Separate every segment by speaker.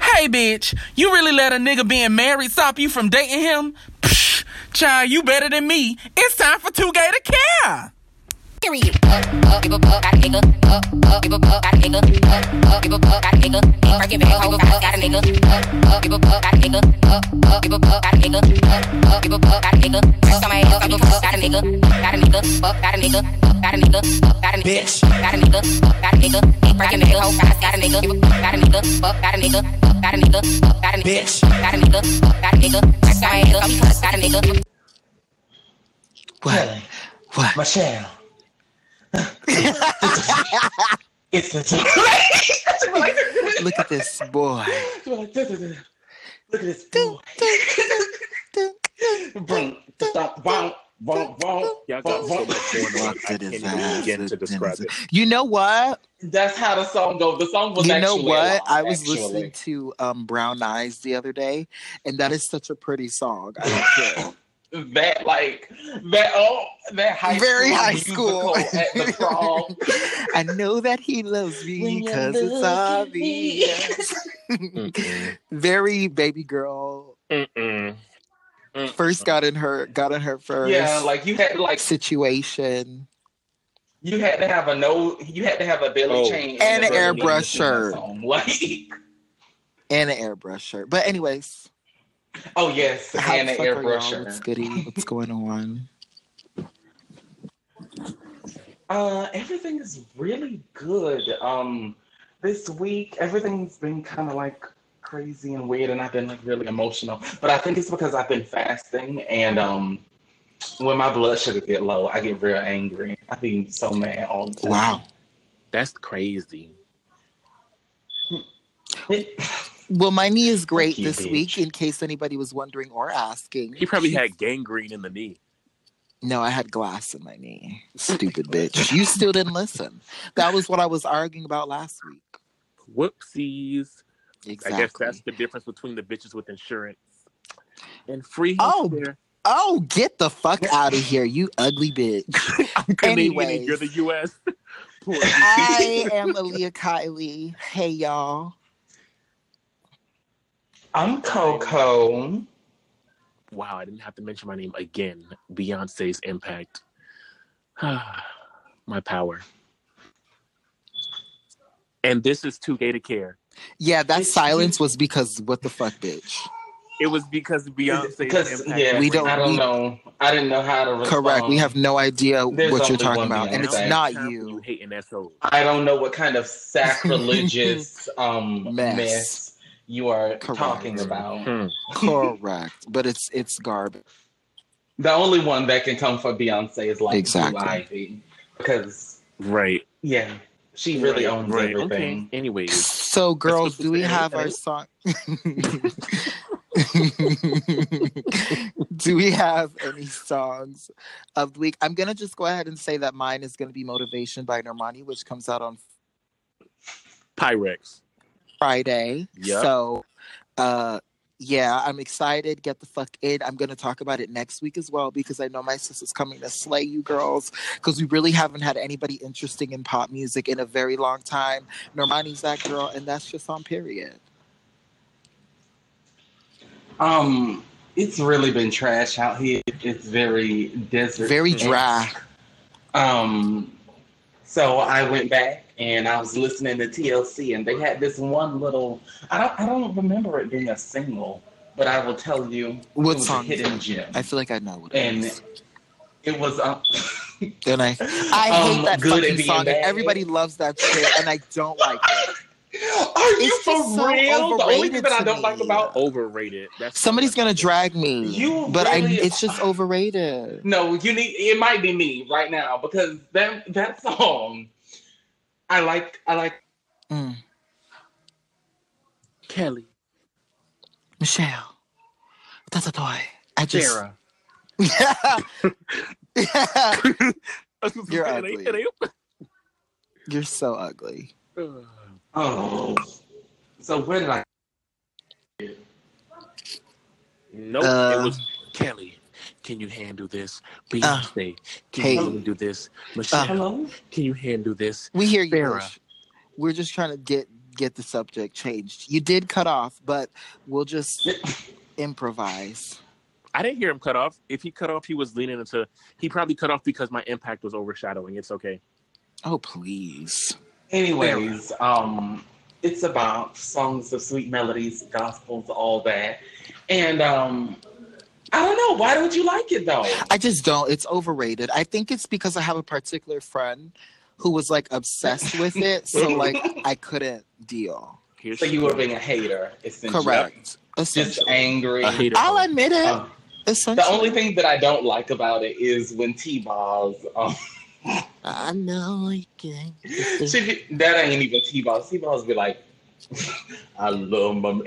Speaker 1: Hey, bitch, you really let a nigga being married stop you from dating him? Psh, child, you better than me. It's time for Two Gay to Care.
Speaker 2: Period. Up, up, give up, up, got a nigga. Up, up, give up, up, got a nigga. Up, up, give up, up, got a nigga. Ain't working back, hold up, got a nigga. Up, up, give up, up, got a nigga. Up, up, give up, up, got a nigga. Up, up, give up, up, got a nigga. Press on my ass, up, give up, up, got a nigga. Up, got a nigga. Up, got a nigga. Up, got a nigga. Up, got a nigga.
Speaker 3: Bitch.
Speaker 2: Up, got a nigga. Up, got a nigga. Ain't working back, hold up, got a nigga. Give up, up, got a nigga. Up, got a nigga. Up, got a nigga. Up, got a nigga.
Speaker 3: Bitch.
Speaker 2: Up, got a nigga. Up, got a nigga. Press on my ass, up, give up, got a nigga.
Speaker 3: What?
Speaker 4: Hey,
Speaker 3: What?
Speaker 4: Michelle. it's the
Speaker 3: Look at this boy.
Speaker 4: Oh, Look at this boy. Bring the stop. Bonk, bonk, bonk,
Speaker 5: Y'all got so
Speaker 4: bonk,
Speaker 5: much
Speaker 4: bonk.
Speaker 5: going on. I
Speaker 3: Look at
Speaker 5: can't
Speaker 3: his
Speaker 5: even
Speaker 3: eyes.
Speaker 5: begin to
Speaker 3: Look at
Speaker 5: describe
Speaker 3: his-
Speaker 5: it.
Speaker 3: You know what?
Speaker 4: That's how the song goes. The song was
Speaker 3: you know
Speaker 4: actually
Speaker 3: what?
Speaker 4: a lie,
Speaker 3: I was listening
Speaker 4: actually.
Speaker 3: to um, Brown Eyes the other day, and that is such a pretty song. I don't care.
Speaker 4: that like that oh that high
Speaker 3: Very
Speaker 4: school musical
Speaker 3: high school.
Speaker 4: at the prom.
Speaker 3: I know that he loves
Speaker 4: When
Speaker 3: me
Speaker 4: you
Speaker 3: because
Speaker 4: look
Speaker 3: it's
Speaker 4: at me.
Speaker 3: obvious.
Speaker 5: Mm-mm.
Speaker 3: Very baby girl.
Speaker 5: Mm-mm. Mm.
Speaker 3: First got in her got in her first
Speaker 4: Yeah, like you had like
Speaker 3: situation.
Speaker 4: you had to have a no you had to have a belly
Speaker 5: Oh.
Speaker 4: chain
Speaker 3: And
Speaker 4: a belly
Speaker 3: an
Speaker 4: button
Speaker 3: airbrush
Speaker 4: to sing that
Speaker 3: shirt.
Speaker 4: song. Like
Speaker 3: And an airbrush shirt. But anyways,
Speaker 4: oh yes,
Speaker 3: how
Speaker 4: and
Speaker 3: the
Speaker 4: an
Speaker 3: fuck are y'all?
Speaker 4: airbrush
Speaker 3: What's
Speaker 4: shirt.
Speaker 3: goody? What's going on?
Speaker 4: Uh everything is really good. Um this week everything's been kind of like crazy and weird and I've been like really emotional. But I think it's because I've been fasting and um when my blood sugar get low, I get real angry. I be so mad all the time.
Speaker 3: Wow.
Speaker 5: That's crazy.
Speaker 3: Well, my knee is great
Speaker 4: you,
Speaker 3: this
Speaker 4: bitch.
Speaker 3: week, in case anybody was wondering or asking.
Speaker 5: He probably had gangrene in the knee.
Speaker 3: No, I had glass in my knee. Stupid bitch. You still didn't listen. That was what I was arguing about last week.
Speaker 5: Whoopsies. I guess
Speaker 3: Exactly.
Speaker 5: that's the difference between the bitches with insurance and free.
Speaker 3: Oh,
Speaker 5: healthcare.
Speaker 3: Oh, get the fuck out of here, you ugly bitch.
Speaker 5: I'm Canadian and
Speaker 3: anyways.
Speaker 5: you're the U.S. Poor
Speaker 3: I am Aaliyah Kylie. Hey, y'all.
Speaker 4: I'm Coco.
Speaker 5: wow, I didn't have to mention my name again. Beyonce's impact. my power. And this is too gay to care.
Speaker 3: Yeah, that silence was because what the fuck, bitch.
Speaker 5: It was because Beyonce's
Speaker 4: Because
Speaker 5: impact.
Speaker 4: yeah,
Speaker 3: We
Speaker 4: we
Speaker 3: don't-
Speaker 4: don't. I don't
Speaker 3: we-
Speaker 4: know. I didn't know how to respond.
Speaker 3: Correct. We
Speaker 5: um,
Speaker 3: have no idea
Speaker 4: There's
Speaker 3: what you're
Speaker 4: only
Speaker 3: talking
Speaker 4: one
Speaker 3: about, and it's
Speaker 4: Beyonce.
Speaker 3: not
Speaker 5: Time for
Speaker 3: you.
Speaker 5: hating that soul.
Speaker 4: I don't know what kind of sacrilegious um
Speaker 3: Mess.
Speaker 4: mess, you are
Speaker 3: Correct.
Speaker 4: talking about.
Speaker 5: Hmm.
Speaker 3: Correct, but it's it's garbage.
Speaker 4: The only one that can come for Beyonce is like
Speaker 3: Exactly.
Speaker 4: exactly. Ivy, because
Speaker 5: Right.
Speaker 4: yeah, she really owns
Speaker 5: right.
Speaker 4: everything.
Speaker 5: Okay. Anyways.
Speaker 3: So, girls,
Speaker 5: supposed to
Speaker 3: do we
Speaker 5: say
Speaker 3: have our
Speaker 5: anything?
Speaker 3: song? do we have any songs of the week? I'm gonna just go ahead and say that mine is gonna be "Motivation" by Normani, which comes out on
Speaker 5: Pyrex.
Speaker 3: Friday.
Speaker 5: Yep.
Speaker 3: So, uh, yeah, I'm excited. Get the fuck in. I'm gonna talk about it next week as well because I know my sister's coming to slay you girls because we really haven't had anybody interesting in pop music in a very long time. Normani's that girl, and that's just on period.
Speaker 4: Um, it's really been trash out here. It's very desert.
Speaker 3: Very dry.
Speaker 4: Um, so I went back and I was listening to TLC, and they had this one little. I don't. I don't remember it being a single, but I will tell you
Speaker 3: What
Speaker 4: it was
Speaker 3: song
Speaker 4: a
Speaker 3: is
Speaker 4: hidden gem,
Speaker 3: I feel like I know what it
Speaker 4: and
Speaker 3: is.
Speaker 4: it was. Um,
Speaker 3: And I, I
Speaker 4: um,
Speaker 3: hate that
Speaker 4: Good at
Speaker 3: fucking
Speaker 4: Being
Speaker 3: song. And
Speaker 4: Bad.
Speaker 3: everybody loves that shit, and I don't like it.
Speaker 4: Are you
Speaker 3: It's
Speaker 4: for
Speaker 3: just so
Speaker 4: real? The only
Speaker 3: overrated
Speaker 4: thing that I
Speaker 3: to
Speaker 4: don't
Speaker 3: me.
Speaker 4: like about
Speaker 5: Overrated. That's
Speaker 3: Somebody's gonna drag me,
Speaker 4: You
Speaker 3: but
Speaker 4: really-
Speaker 3: I, it's just overrated.
Speaker 4: no, you need. It might be me right now because that that song. I like. I like.
Speaker 3: Mm.
Speaker 5: Kelly.
Speaker 3: Michelle, that's a toy. I just,
Speaker 5: Sarah.
Speaker 3: You're
Speaker 5: It ain't- it ain't-
Speaker 3: you're so ugly.
Speaker 5: Ugh.
Speaker 4: Oh, so where did I?
Speaker 5: Nope.
Speaker 3: Uh,
Speaker 5: it was Kelly. Can you handle this?
Speaker 3: Uh,
Speaker 5: Beyonce. can
Speaker 3: hey.
Speaker 5: you handle this? Michelle.
Speaker 4: Hello.
Speaker 5: can you handle this?
Speaker 3: We hear you.
Speaker 5: Sarah.
Speaker 3: Mish. We're just trying to get
Speaker 6: get the subject changed. You did cut off, but we'll just improvise.
Speaker 5: I didn't hear him cut off. If he cut off, he was leaning into. He probably cut off because my impact was overshadowing. It's okay.
Speaker 6: Oh, please.
Speaker 4: Anyways, um, it's about songs of sweet melodies, gospels, all that. And um, I don't know. Why don't you like it though?
Speaker 6: I just don't. It's overrated. I think it's because I have a particular friend who was like obsessed with it. So, like, I couldn't deal.
Speaker 5: Here's
Speaker 4: So you were being a hater, essentially.
Speaker 6: Correct.
Speaker 4: Just
Speaker 6: Essentially.
Speaker 4: angry.
Speaker 5: a hater.
Speaker 6: I'll admit it.
Speaker 4: Um, the
Speaker 6: Essentially.
Speaker 4: only thing that I don't like about it is when T balls. Um,
Speaker 6: I know you can.
Speaker 4: she be- that ain't even T balls. T balls be like, I love my. man."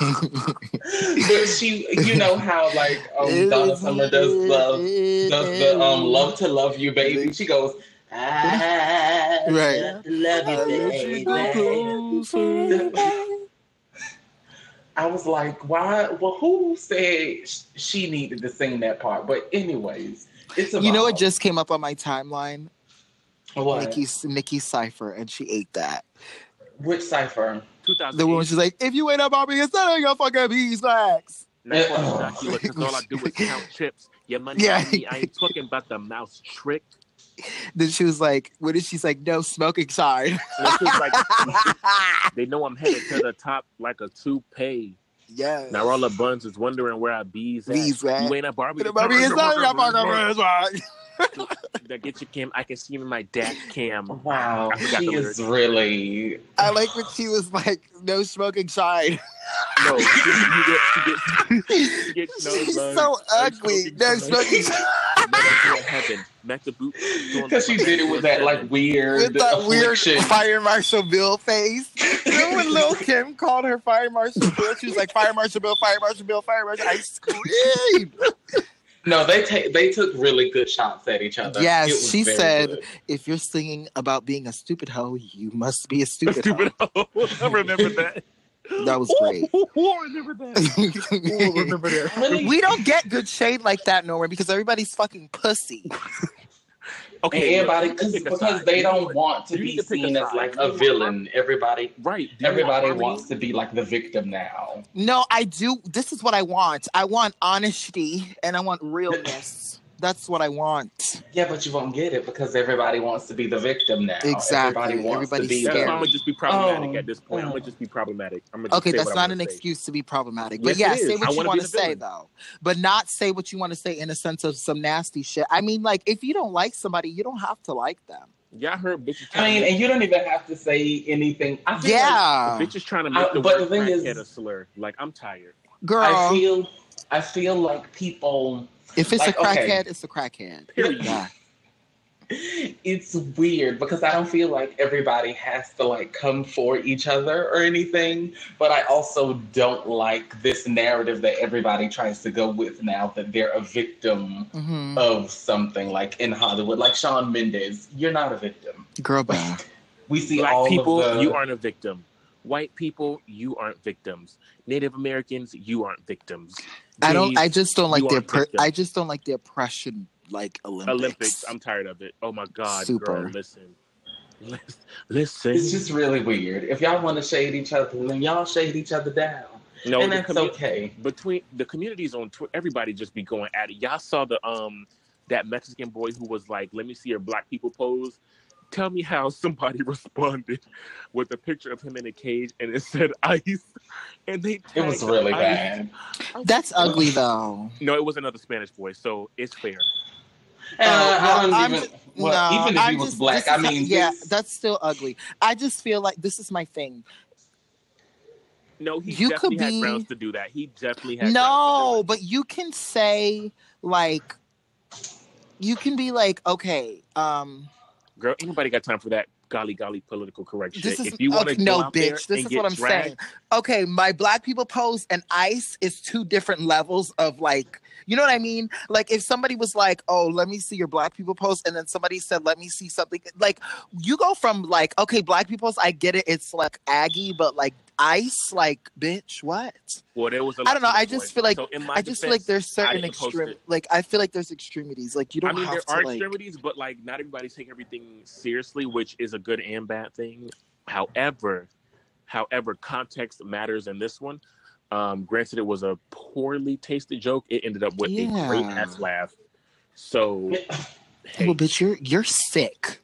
Speaker 4: but she, you know how like um, Donna Summer does love does uh, the um love to love you baby. She goes. I
Speaker 6: Right.
Speaker 4: love you, baby. I was like, why? Well, who said sh- she needed to sing that part? But anyways, it's about,
Speaker 6: You know, it just came up on my timeline.
Speaker 4: what?
Speaker 6: Nikki, Nikki Cipher, and she ate that.
Speaker 4: which cipher?
Speaker 6: The woman,
Speaker 5: 2008.
Speaker 6: she's like, if you ain't up on me, it's none of your fucking beeswax.
Speaker 5: That's why
Speaker 4: Ugh.
Speaker 5: I'm not you because all I do is count chips. Your money
Speaker 6: Oh, Yeah.
Speaker 5: on me. I ain't talking about the mouse trick.
Speaker 6: Then she was like, what is she's like, no smoking sign.
Speaker 5: This is like they know I'm headed to the top like a toupee.
Speaker 6: yes.
Speaker 5: Now all the buns is wondering where I bees at.
Speaker 6: Bees at.
Speaker 5: You ain't a Barbie.
Speaker 6: But it might be- it's none of your fucking beeswax.
Speaker 5: That get your cam. I can see him in my dad cam.
Speaker 4: Wow,
Speaker 5: I forgot
Speaker 4: she
Speaker 5: the
Speaker 4: is really.
Speaker 6: I like when she was like, no smoking sign.
Speaker 5: No, you get, you get, you get no
Speaker 6: she's
Speaker 5: buns.
Speaker 6: so
Speaker 5: No
Speaker 6: ugly.
Speaker 5: smoking
Speaker 6: No
Speaker 5: sign.
Speaker 6: smoking sign.
Speaker 5: Metal to heaven. Met the boot.
Speaker 4: Because she did it with that like weird,
Speaker 6: With that weird
Speaker 4: affliction.
Speaker 6: fire marshal Bill face. Remember when Lil Kim called her Fire Marshal Bill? She was like, Fire Marshal Bill, Fire Marshal Bill, Fire Marshal. I screamed.
Speaker 4: No, they take they took really good shots at each other.
Speaker 6: Yes,
Speaker 4: It was
Speaker 6: she
Speaker 4: very
Speaker 6: said-
Speaker 4: good.
Speaker 6: If you're singing about being a stupid hoe, you must be a stupid,
Speaker 5: Stupid hoe. I remember that.
Speaker 6: hoe. That was
Speaker 5: Ooh,
Speaker 6: great.
Speaker 5: ooh, ooh, I remember that. Ooh, I remember that.
Speaker 4: I really,
Speaker 6: we don't get good shade like that nowhere because everybody's fucking pussy.
Speaker 4: and
Speaker 5: Okay,
Speaker 4: everybody
Speaker 5: look, you
Speaker 4: cause,
Speaker 5: pick a
Speaker 4: because
Speaker 5: side.
Speaker 4: they
Speaker 5: You
Speaker 4: don't
Speaker 5: know
Speaker 4: want to
Speaker 5: You
Speaker 4: be
Speaker 5: need to pick a
Speaker 4: seen as
Speaker 5: side.
Speaker 4: like
Speaker 5: You
Speaker 4: a
Speaker 5: want
Speaker 4: villain. Everybody,
Speaker 5: what? right. Do you
Speaker 4: everybody
Speaker 5: want
Speaker 4: wants
Speaker 5: harmony?
Speaker 4: to be like the victim now.
Speaker 6: No, I do. This is what I want. I want honesty and I want realness. That's what I want.
Speaker 4: Yeah, but you won't get it because everybody wants to be the victim now.
Speaker 6: Exactly.
Speaker 4: Everybody wants
Speaker 6: Everybody's
Speaker 4: to be.
Speaker 5: That's
Speaker 6: scared.
Speaker 5: why I'm gonna just be problematic
Speaker 4: Oh.
Speaker 5: at this point. I'm gonna just be problematic. I'm gonna just
Speaker 6: Okay,
Speaker 5: say
Speaker 6: that's
Speaker 5: what I
Speaker 6: not
Speaker 5: wanna
Speaker 6: an
Speaker 5: say.
Speaker 6: excuse to be problematic. But
Speaker 5: Yes,
Speaker 6: yeah,
Speaker 5: it
Speaker 6: say
Speaker 5: is.
Speaker 6: what
Speaker 5: I
Speaker 6: you
Speaker 5: wanna be
Speaker 6: want to
Speaker 5: the
Speaker 6: say
Speaker 5: villain.
Speaker 6: though, but not say what you want to say in a sense of some nasty shit. I mean, like if you don't like somebody, you don't have to like them.
Speaker 5: Y'all heard bitches.
Speaker 4: I
Speaker 5: trying
Speaker 4: mean,
Speaker 5: to
Speaker 4: and you don't even have to say anything. I feel
Speaker 6: Yeah,
Speaker 5: make- bitches trying to make
Speaker 4: I-
Speaker 5: the
Speaker 4: but
Speaker 5: word
Speaker 4: the thing is-
Speaker 5: crackhead a slur. Like I'm tired.
Speaker 4: Like, I
Speaker 6: girl.
Speaker 4: feel. I feel like people.
Speaker 6: If it's
Speaker 4: like,
Speaker 6: a
Speaker 4: okay.
Speaker 6: crackhead, it's a crackhead.
Speaker 5: Period.
Speaker 6: Yeah.
Speaker 4: It's weird because I don't feel like everybody has to like come for each other or anything, but I also don't like this narrative that everybody tries to go with now that they're a victim
Speaker 6: hmm
Speaker 4: of something like in Hollywood, like Sean Mendes. You're not a victim.
Speaker 6: Girl, bye.
Speaker 4: We see all
Speaker 5: Black
Speaker 4: of
Speaker 5: people,
Speaker 4: the-
Speaker 5: you aren't a victim. White people, you aren't victims. Native Americans, you aren't victims.
Speaker 6: I don't.
Speaker 5: These
Speaker 6: I just don't like
Speaker 5: you
Speaker 6: the.
Speaker 5: aren't
Speaker 6: Oppre-
Speaker 5: victim.
Speaker 6: I just don't like the oppression, like Olympics.
Speaker 5: Olympics. I'm tired of it. Oh my god,
Speaker 6: Super.
Speaker 5: girl, listen, Lis- listen.
Speaker 4: It's just really weird. If y'all want to shade each other, then y'all shade each other down,
Speaker 5: no,
Speaker 4: and
Speaker 5: the
Speaker 4: that's
Speaker 5: commu-
Speaker 4: okay.
Speaker 5: between the communities on Twitter, everybody just be going at it. Y'all saw the um that Mexican boy who was like, "Let me see your black people pose." Tell me how somebody responded with a picture of him in a cage and it said ice, and they
Speaker 4: It was
Speaker 5: tagged
Speaker 4: really
Speaker 5: ice.
Speaker 4: bad.
Speaker 6: That's ugly though.
Speaker 5: No, it was another Spanish boy, so it's fair.
Speaker 4: And I- I don't
Speaker 6: Uh, I'm
Speaker 4: even.
Speaker 6: ju-
Speaker 4: well,
Speaker 6: no,
Speaker 4: even if
Speaker 6: I'm
Speaker 4: he was
Speaker 6: just-
Speaker 4: black,
Speaker 6: this
Speaker 4: I
Speaker 6: is-
Speaker 4: mean,
Speaker 6: yeah,
Speaker 4: this-
Speaker 6: that's still ugly. I just feel like this is my thing.
Speaker 5: No, he
Speaker 6: You
Speaker 5: definitely
Speaker 6: could
Speaker 5: had
Speaker 6: be-
Speaker 5: grounds to do that. He definitely had
Speaker 6: no,
Speaker 5: grounds
Speaker 6: but you can say like, you can be like, okay, um,
Speaker 5: to do it. girl. Anybody got time for that? Golly, golly, political correction.
Speaker 6: this is
Speaker 5: if you want to
Speaker 6: okay, no,
Speaker 5: out there
Speaker 6: bitch.
Speaker 5: and
Speaker 6: This is
Speaker 5: get
Speaker 6: what I'm
Speaker 5: dragged,
Speaker 6: saying. Okay, my black people pose and ice is two different levels of like. You know what I mean? Like if somebody was like, "Oh, let me see your black people post," and then somebody said, "Let me see something," like you go from like, "Okay, black people's, I get it. It's like Aggie, but like ice, like bitch, what?"
Speaker 5: Well, there was. I
Speaker 6: I don't know, I just feel like-
Speaker 5: So in my
Speaker 6: I just feel
Speaker 5: defense,
Speaker 6: like there's certain
Speaker 5: didn't post
Speaker 6: extreme,
Speaker 5: it.
Speaker 6: like I feel like there's extremities. Like you
Speaker 5: I
Speaker 6: don't
Speaker 5: mean, there
Speaker 6: have
Speaker 5: are
Speaker 6: to like.
Speaker 5: extremities, but like not everybody's taking everything seriously, which is a good and bad thing. However, however, context matters in this one. Um, granted, it was a poorly tasted joke. It ended up with a great
Speaker 6: Yeah.
Speaker 5: ass laugh. So, hey,
Speaker 6: Well, bitch, you're you're sick.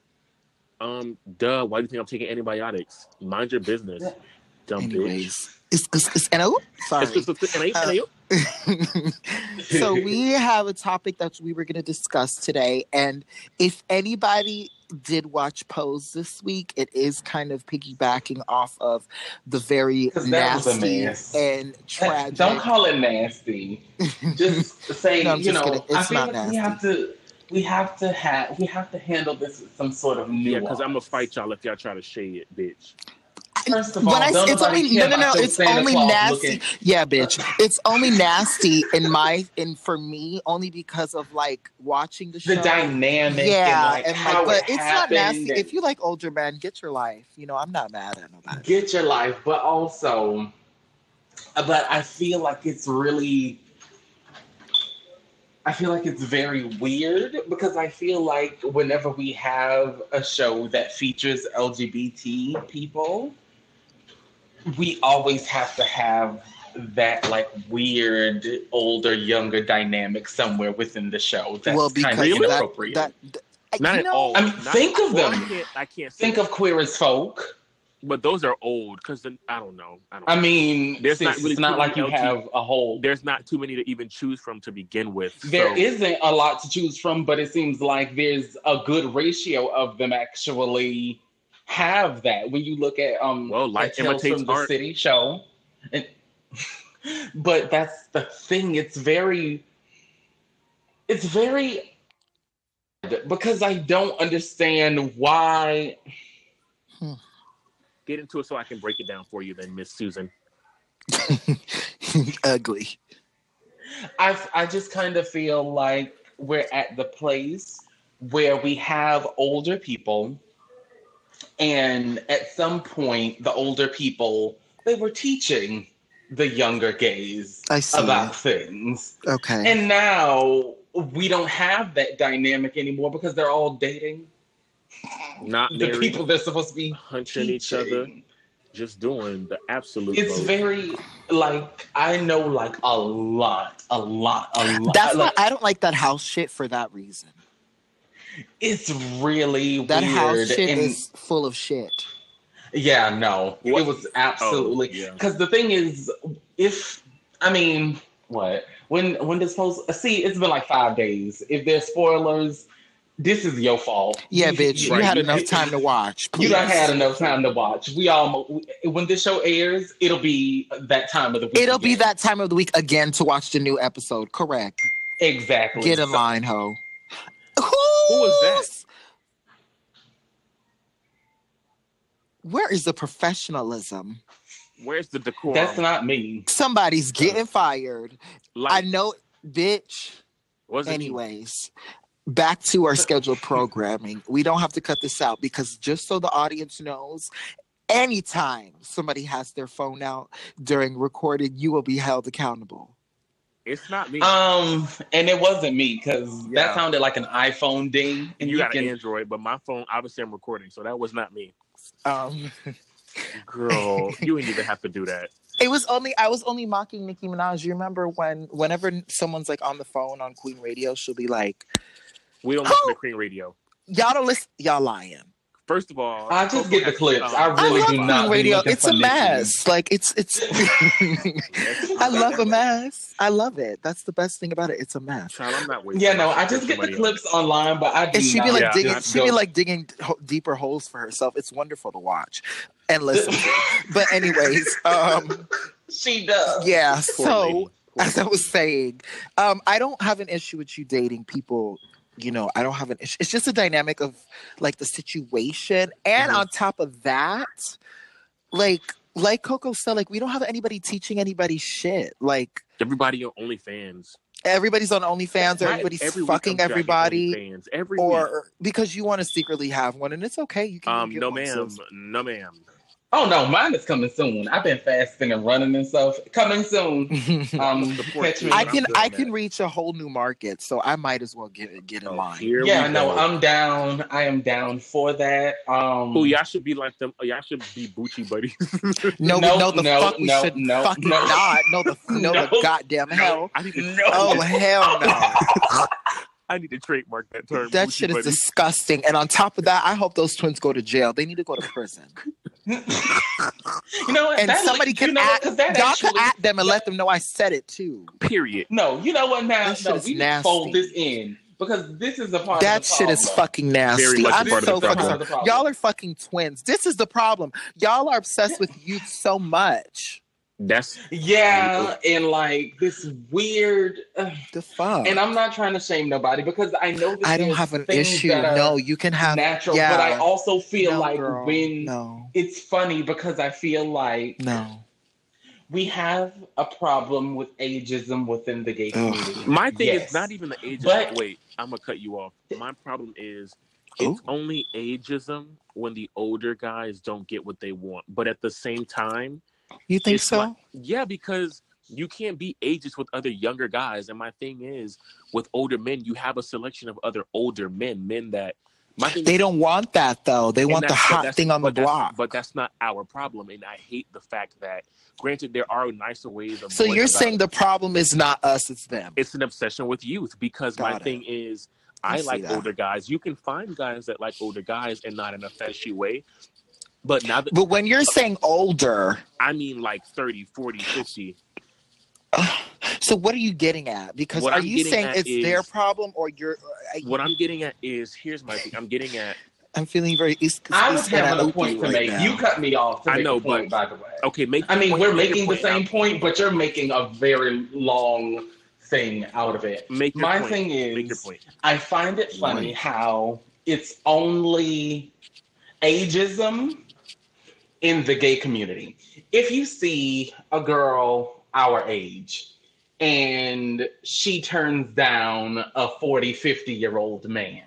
Speaker 5: um, duh. Why do you think I'm taking antibiotics? Mind your business, dumb bitch.
Speaker 6: Anyways, Uh, it's it's, it's and oh,
Speaker 5: It's
Speaker 6: sorry.
Speaker 5: just- it's- and I- and I-
Speaker 6: so we have a topic that we were going to discuss today, and if anybody did watch Pose this week, it is kind of piggybacking off of the very
Speaker 4: 'Cause that was a
Speaker 6: nasty
Speaker 4: mess.
Speaker 6: and tragic.
Speaker 4: Don't call it nasty. Just say,
Speaker 6: No, I'm
Speaker 4: you
Speaker 6: just
Speaker 4: know,
Speaker 6: kidding.
Speaker 4: I
Speaker 6: It's
Speaker 4: feel
Speaker 6: not
Speaker 4: like we have to, we have to have, we have to handle this with some sort of
Speaker 5: yeah,
Speaker 4: nuance.
Speaker 5: because I'm gonna fight y'all if y'all try to shade it, bitch.
Speaker 4: First of all,
Speaker 6: When I,
Speaker 4: don't
Speaker 6: it's only
Speaker 4: nobody care
Speaker 6: no no no
Speaker 4: about your
Speaker 6: it's
Speaker 4: Santa
Speaker 6: only
Speaker 4: Claus
Speaker 6: nasty
Speaker 4: looking-
Speaker 6: yeah bitch it's only nasty in my in for me only because of like watching the show
Speaker 4: The dynamic.
Speaker 6: yeah
Speaker 4: and like, how
Speaker 6: but
Speaker 4: it
Speaker 6: it's not
Speaker 4: happened
Speaker 6: nasty
Speaker 4: and-
Speaker 6: if you like older men get your life you know I'm not mad at nobody
Speaker 4: get your life, but also, but I feel like it's really, I feel like it's very weird because I feel like whenever we have a show that features LGBT people, we always have to have that like weird older younger dynamic somewhere within the show that's
Speaker 6: well
Speaker 4: kind
Speaker 6: because
Speaker 4: of
Speaker 6: that,
Speaker 4: inappropriate.
Speaker 6: that, th- I-
Speaker 5: Not
Speaker 6: you
Speaker 5: at
Speaker 6: know,
Speaker 5: all.
Speaker 4: I mean,
Speaker 5: Not-
Speaker 4: think of
Speaker 5: well, I
Speaker 4: them.
Speaker 5: can't, I can't say
Speaker 4: Think of queer as folk.
Speaker 5: but those are old because I don't know. I don't.
Speaker 4: I mean,
Speaker 5: There's
Speaker 4: sis,
Speaker 5: not really
Speaker 4: it's not
Speaker 5: too
Speaker 4: like you
Speaker 5: many LT.
Speaker 4: have a whole.
Speaker 5: there's not too many to even choose from to begin with.
Speaker 4: There
Speaker 5: so,
Speaker 4: not a lot to choose from, but it seems like there's a good ratio of them actually have that. When you look at um,
Speaker 5: Well, life
Speaker 4: at Tales
Speaker 5: imitates
Speaker 4: from the
Speaker 5: art.
Speaker 4: City show, and, but that's the thing. It's very, it's very because I don't understand why
Speaker 5: get into it so I can break it down for you, then, Miss Susan.
Speaker 6: ugly
Speaker 4: I I just kind of feel like we're at the place where we have older people, and at some point, the older people they were teaching the younger gays
Speaker 6: I see
Speaker 4: about things,
Speaker 6: okay
Speaker 4: and now we don't have that dynamic anymore because they're all dating
Speaker 5: Not
Speaker 4: the
Speaker 5: married,
Speaker 4: people they're supposed to be
Speaker 5: hunching
Speaker 4: teaching
Speaker 5: each other, just doing the absolute.
Speaker 4: It's
Speaker 5: most.
Speaker 4: very like I know like a lot, a lot, a lot.
Speaker 6: that's why
Speaker 4: like,
Speaker 6: I don't like that house shit for that reason
Speaker 4: It's really
Speaker 6: that
Speaker 4: weird.
Speaker 6: house shit
Speaker 4: and-
Speaker 6: is full of shit
Speaker 4: yeah, no,
Speaker 5: What-
Speaker 4: it was absolutely
Speaker 5: Oh, yeah.
Speaker 4: because the thing is, if I mean, what when when this post? See, it's been like five days. If there's spoilers, this is your fault.
Speaker 6: yeah bitch you
Speaker 5: Right.
Speaker 6: had enough time to watch
Speaker 4: You don't
Speaker 6: please.
Speaker 4: had enough time to watch. We almost when this show airs, it'll be that time of the week.
Speaker 6: It'll be
Speaker 4: again.
Speaker 6: that time of the week again to watch the new episode. Correct.
Speaker 4: exactly.
Speaker 6: Get in
Speaker 4: So-
Speaker 6: line, ho. Who's,
Speaker 5: was that?
Speaker 6: Where is the professionalism?
Speaker 5: Where's the decorum?
Speaker 4: That's not me.
Speaker 6: Somebody's getting fired. I
Speaker 5: like,
Speaker 6: know, bitch.
Speaker 5: wasn't
Speaker 6: Anyways, back to our scheduled programming. We don't have to cut this out because just so the audience knows, anytime somebody has their phone out during recording, you will be held accountable.
Speaker 5: It's not me.
Speaker 4: Um, and it wasn't me because
Speaker 5: Yeah.
Speaker 4: that sounded like an iPhone ding.
Speaker 5: and
Speaker 4: And
Speaker 5: you, got
Speaker 4: can
Speaker 5: an Android, but my phone, obviously, I'm recording, so that was not me.
Speaker 6: Um,
Speaker 5: Girl, you didn't even have to do that.
Speaker 6: It was only I was only mocking Nicki Minaj. You remember when whenever someone's like on the phone on Queen Radio, she'll be like,
Speaker 5: We don't listen
Speaker 6: Oh.
Speaker 5: to Queen Radio.
Speaker 6: "Y'all don't listen. Y'all lying."
Speaker 5: First of all,
Speaker 4: I just
Speaker 5: Coco
Speaker 4: get the
Speaker 5: has,
Speaker 4: clips. I
Speaker 5: um,
Speaker 4: Really
Speaker 6: I love
Speaker 4: do not
Speaker 6: Queen
Speaker 4: be
Speaker 6: Radio.
Speaker 4: looking
Speaker 6: It's
Speaker 4: for
Speaker 6: a
Speaker 4: Nicki.
Speaker 6: mess. Like it's it's. I love a mess. I love it. That's the best thing about it. It's a mess.
Speaker 5: Child, I'm not wasting
Speaker 4: Yeah,
Speaker 5: my
Speaker 4: no, I
Speaker 5: time.
Speaker 4: just
Speaker 5: Put
Speaker 4: get
Speaker 5: your
Speaker 4: the
Speaker 5: money
Speaker 4: clips online, but I do
Speaker 6: And she'd be
Speaker 4: not-
Speaker 6: like
Speaker 5: Yeah.
Speaker 6: digging.
Speaker 5: Yeah.
Speaker 6: She'd be like digging ho- deeper holes for herself. It's wonderful to watch and listen. to. But anyways, um,
Speaker 4: she does.
Speaker 6: yeah.
Speaker 5: on. Poor
Speaker 6: So
Speaker 5: lady. Poor
Speaker 6: as I
Speaker 5: lady.
Speaker 6: was saying, um, I don't have an issue with you dating people. You know, I don't have an issue. It's just a dynamic of like the situation, and
Speaker 5: Mhm.
Speaker 6: on top of that, like like Coco said, like we don't have anybody teaching anybody shit. Like
Speaker 5: everybody on OnlyFans.
Speaker 6: everybody's on OnlyFans, or
Speaker 5: Not
Speaker 6: everybody's
Speaker 5: every week I'm
Speaker 6: fucking
Speaker 5: dragging
Speaker 6: everybody,
Speaker 5: OnlyFans. Every
Speaker 6: or because you want to secretly have one, and it's okay. You
Speaker 5: week.
Speaker 6: can
Speaker 5: um,
Speaker 6: get
Speaker 5: no
Speaker 6: one,
Speaker 5: ma'am,
Speaker 6: sis.
Speaker 5: no ma'am.
Speaker 4: Oh no, mine is coming soon. I've been fasting and running and stuff. Coming soon. Um,
Speaker 5: Support
Speaker 4: catch me.
Speaker 5: team.
Speaker 6: I
Speaker 5: I'm
Speaker 6: can
Speaker 5: doing
Speaker 6: I
Speaker 5: that.
Speaker 6: can reach a whole new market, so I might as well get get in line.
Speaker 5: Oh, Here
Speaker 4: yeah,
Speaker 5: we
Speaker 4: no,
Speaker 5: go.
Speaker 4: I'm down. I am down for that. Um,
Speaker 5: Ooh, y'all should be like them. Y'all should be Bucci buddies.
Speaker 6: No, no,
Speaker 4: No,
Speaker 6: the
Speaker 4: no,
Speaker 6: fuck we
Speaker 4: no,
Speaker 6: should
Speaker 4: no,
Speaker 6: fucking
Speaker 4: no.
Speaker 6: not. No, the no, the
Speaker 4: No,
Speaker 6: goddamn hell.
Speaker 5: I need to.
Speaker 4: No.
Speaker 6: Oh hell no!
Speaker 5: I need to trademark that term.
Speaker 6: That
Speaker 5: Bucci
Speaker 6: shit is
Speaker 5: buddies.
Speaker 6: disgusting. And on top of that, I hope those twins go to jail. They need to go to prison.
Speaker 4: you know what?
Speaker 6: And
Speaker 4: That-
Speaker 6: somebody
Speaker 4: you
Speaker 6: can
Speaker 4: know what?
Speaker 6: act.
Speaker 4: 'Cause that
Speaker 6: Y'all
Speaker 4: actually-
Speaker 6: can act them and let them know I said it too.
Speaker 5: Period.
Speaker 4: No, you know what? Now,
Speaker 6: That shit
Speaker 4: no,
Speaker 6: is
Speaker 4: we need
Speaker 6: nasty.
Speaker 4: to fold this in because this is the part.
Speaker 6: That
Speaker 4: of the
Speaker 6: shit is
Speaker 4: problem.
Speaker 6: fucking
Speaker 5: Very
Speaker 6: nasty.
Speaker 5: much a
Speaker 6: I'm
Speaker 5: part of
Speaker 6: so
Speaker 5: the
Speaker 6: fucking
Speaker 5: problem.
Speaker 6: sorry. Y'all are fucking twins. This is the problem. Y'all are obsessed with youth so much.
Speaker 5: That's
Speaker 4: Yeah, and like this weird. uh, ugh.
Speaker 6: The fuck.
Speaker 4: and I'm not trying to shame nobody because I know that
Speaker 6: I don't
Speaker 4: there's
Speaker 6: have an
Speaker 4: things
Speaker 6: issue.
Speaker 5: uh,
Speaker 4: that are
Speaker 6: No, you can have.
Speaker 4: natural,
Speaker 6: yeah.
Speaker 4: but I also feel
Speaker 6: no,
Speaker 4: like
Speaker 6: girl.
Speaker 4: when
Speaker 6: no,
Speaker 4: it's funny because I feel like
Speaker 6: no.
Speaker 4: we have a problem with ageism within the gay
Speaker 6: Ugh.
Speaker 4: community.
Speaker 5: my thing.
Speaker 4: Yes.
Speaker 5: Is not even the ageism.
Speaker 4: But-
Speaker 5: Wait, I'm gonna cut you off. My problem is it's
Speaker 4: Oh.
Speaker 6: Ooh.
Speaker 5: only ageism when the older guys don't get what they want. But at the same time,
Speaker 6: You think
Speaker 5: it's
Speaker 6: so?
Speaker 5: like- yeah, because you can't be ageist with other younger guys. And my thing is, with older men, you have a selection of other older men, men that my thing
Speaker 6: They don't want that though. They
Speaker 5: And
Speaker 6: want the
Speaker 5: that's- but
Speaker 6: hot
Speaker 5: that's-
Speaker 6: thing on the
Speaker 5: but that's-
Speaker 6: block.
Speaker 5: But that's not our problem, and I hate the fact that, granted, there are nicer ways of.
Speaker 6: So
Speaker 5: going
Speaker 6: you're
Speaker 5: about
Speaker 6: saying
Speaker 5: it.
Speaker 6: the problem is not us, it's them.
Speaker 5: it's an obsession with youth because my
Speaker 6: Got it.
Speaker 5: thing is
Speaker 6: I
Speaker 5: I
Speaker 6: see
Speaker 5: like
Speaker 6: that.
Speaker 5: older guys. You can find guys that like older guys and not in a fetchy way. But now that
Speaker 6: But when you're saying older,
Speaker 5: I mean like 30, 40, 50,
Speaker 6: so what are you getting at? Because
Speaker 5: What
Speaker 6: are
Speaker 5: I'm
Speaker 6: you
Speaker 5: getting
Speaker 6: saying
Speaker 5: at
Speaker 6: it's their
Speaker 5: is-
Speaker 6: problem or you're? I,
Speaker 5: what I'm getting at is here's my thing. I'm getting at
Speaker 6: I'm feeling very. East,
Speaker 4: I was
Speaker 6: East Carolina
Speaker 4: having a
Speaker 6: with
Speaker 4: point
Speaker 6: you
Speaker 4: to
Speaker 6: right
Speaker 4: make.
Speaker 6: now.
Speaker 4: You cut me off. To
Speaker 5: I
Speaker 4: make
Speaker 5: know,
Speaker 4: a point,
Speaker 5: but-
Speaker 4: by the way.
Speaker 5: okay, make
Speaker 4: I
Speaker 5: your
Speaker 4: mean,
Speaker 5: point,
Speaker 4: we're
Speaker 5: make your
Speaker 4: making the same
Speaker 5: point.
Speaker 4: point, but you're making a very long thing out of it.
Speaker 5: I'll- Make your
Speaker 4: My
Speaker 5: point.
Speaker 4: thing
Speaker 5: Make your
Speaker 4: is,
Speaker 5: point.
Speaker 4: I find it funny
Speaker 6: Right.
Speaker 4: how it's only ageism in the gay community. If you see a girl our age and she turns down a 40, 50 year old man,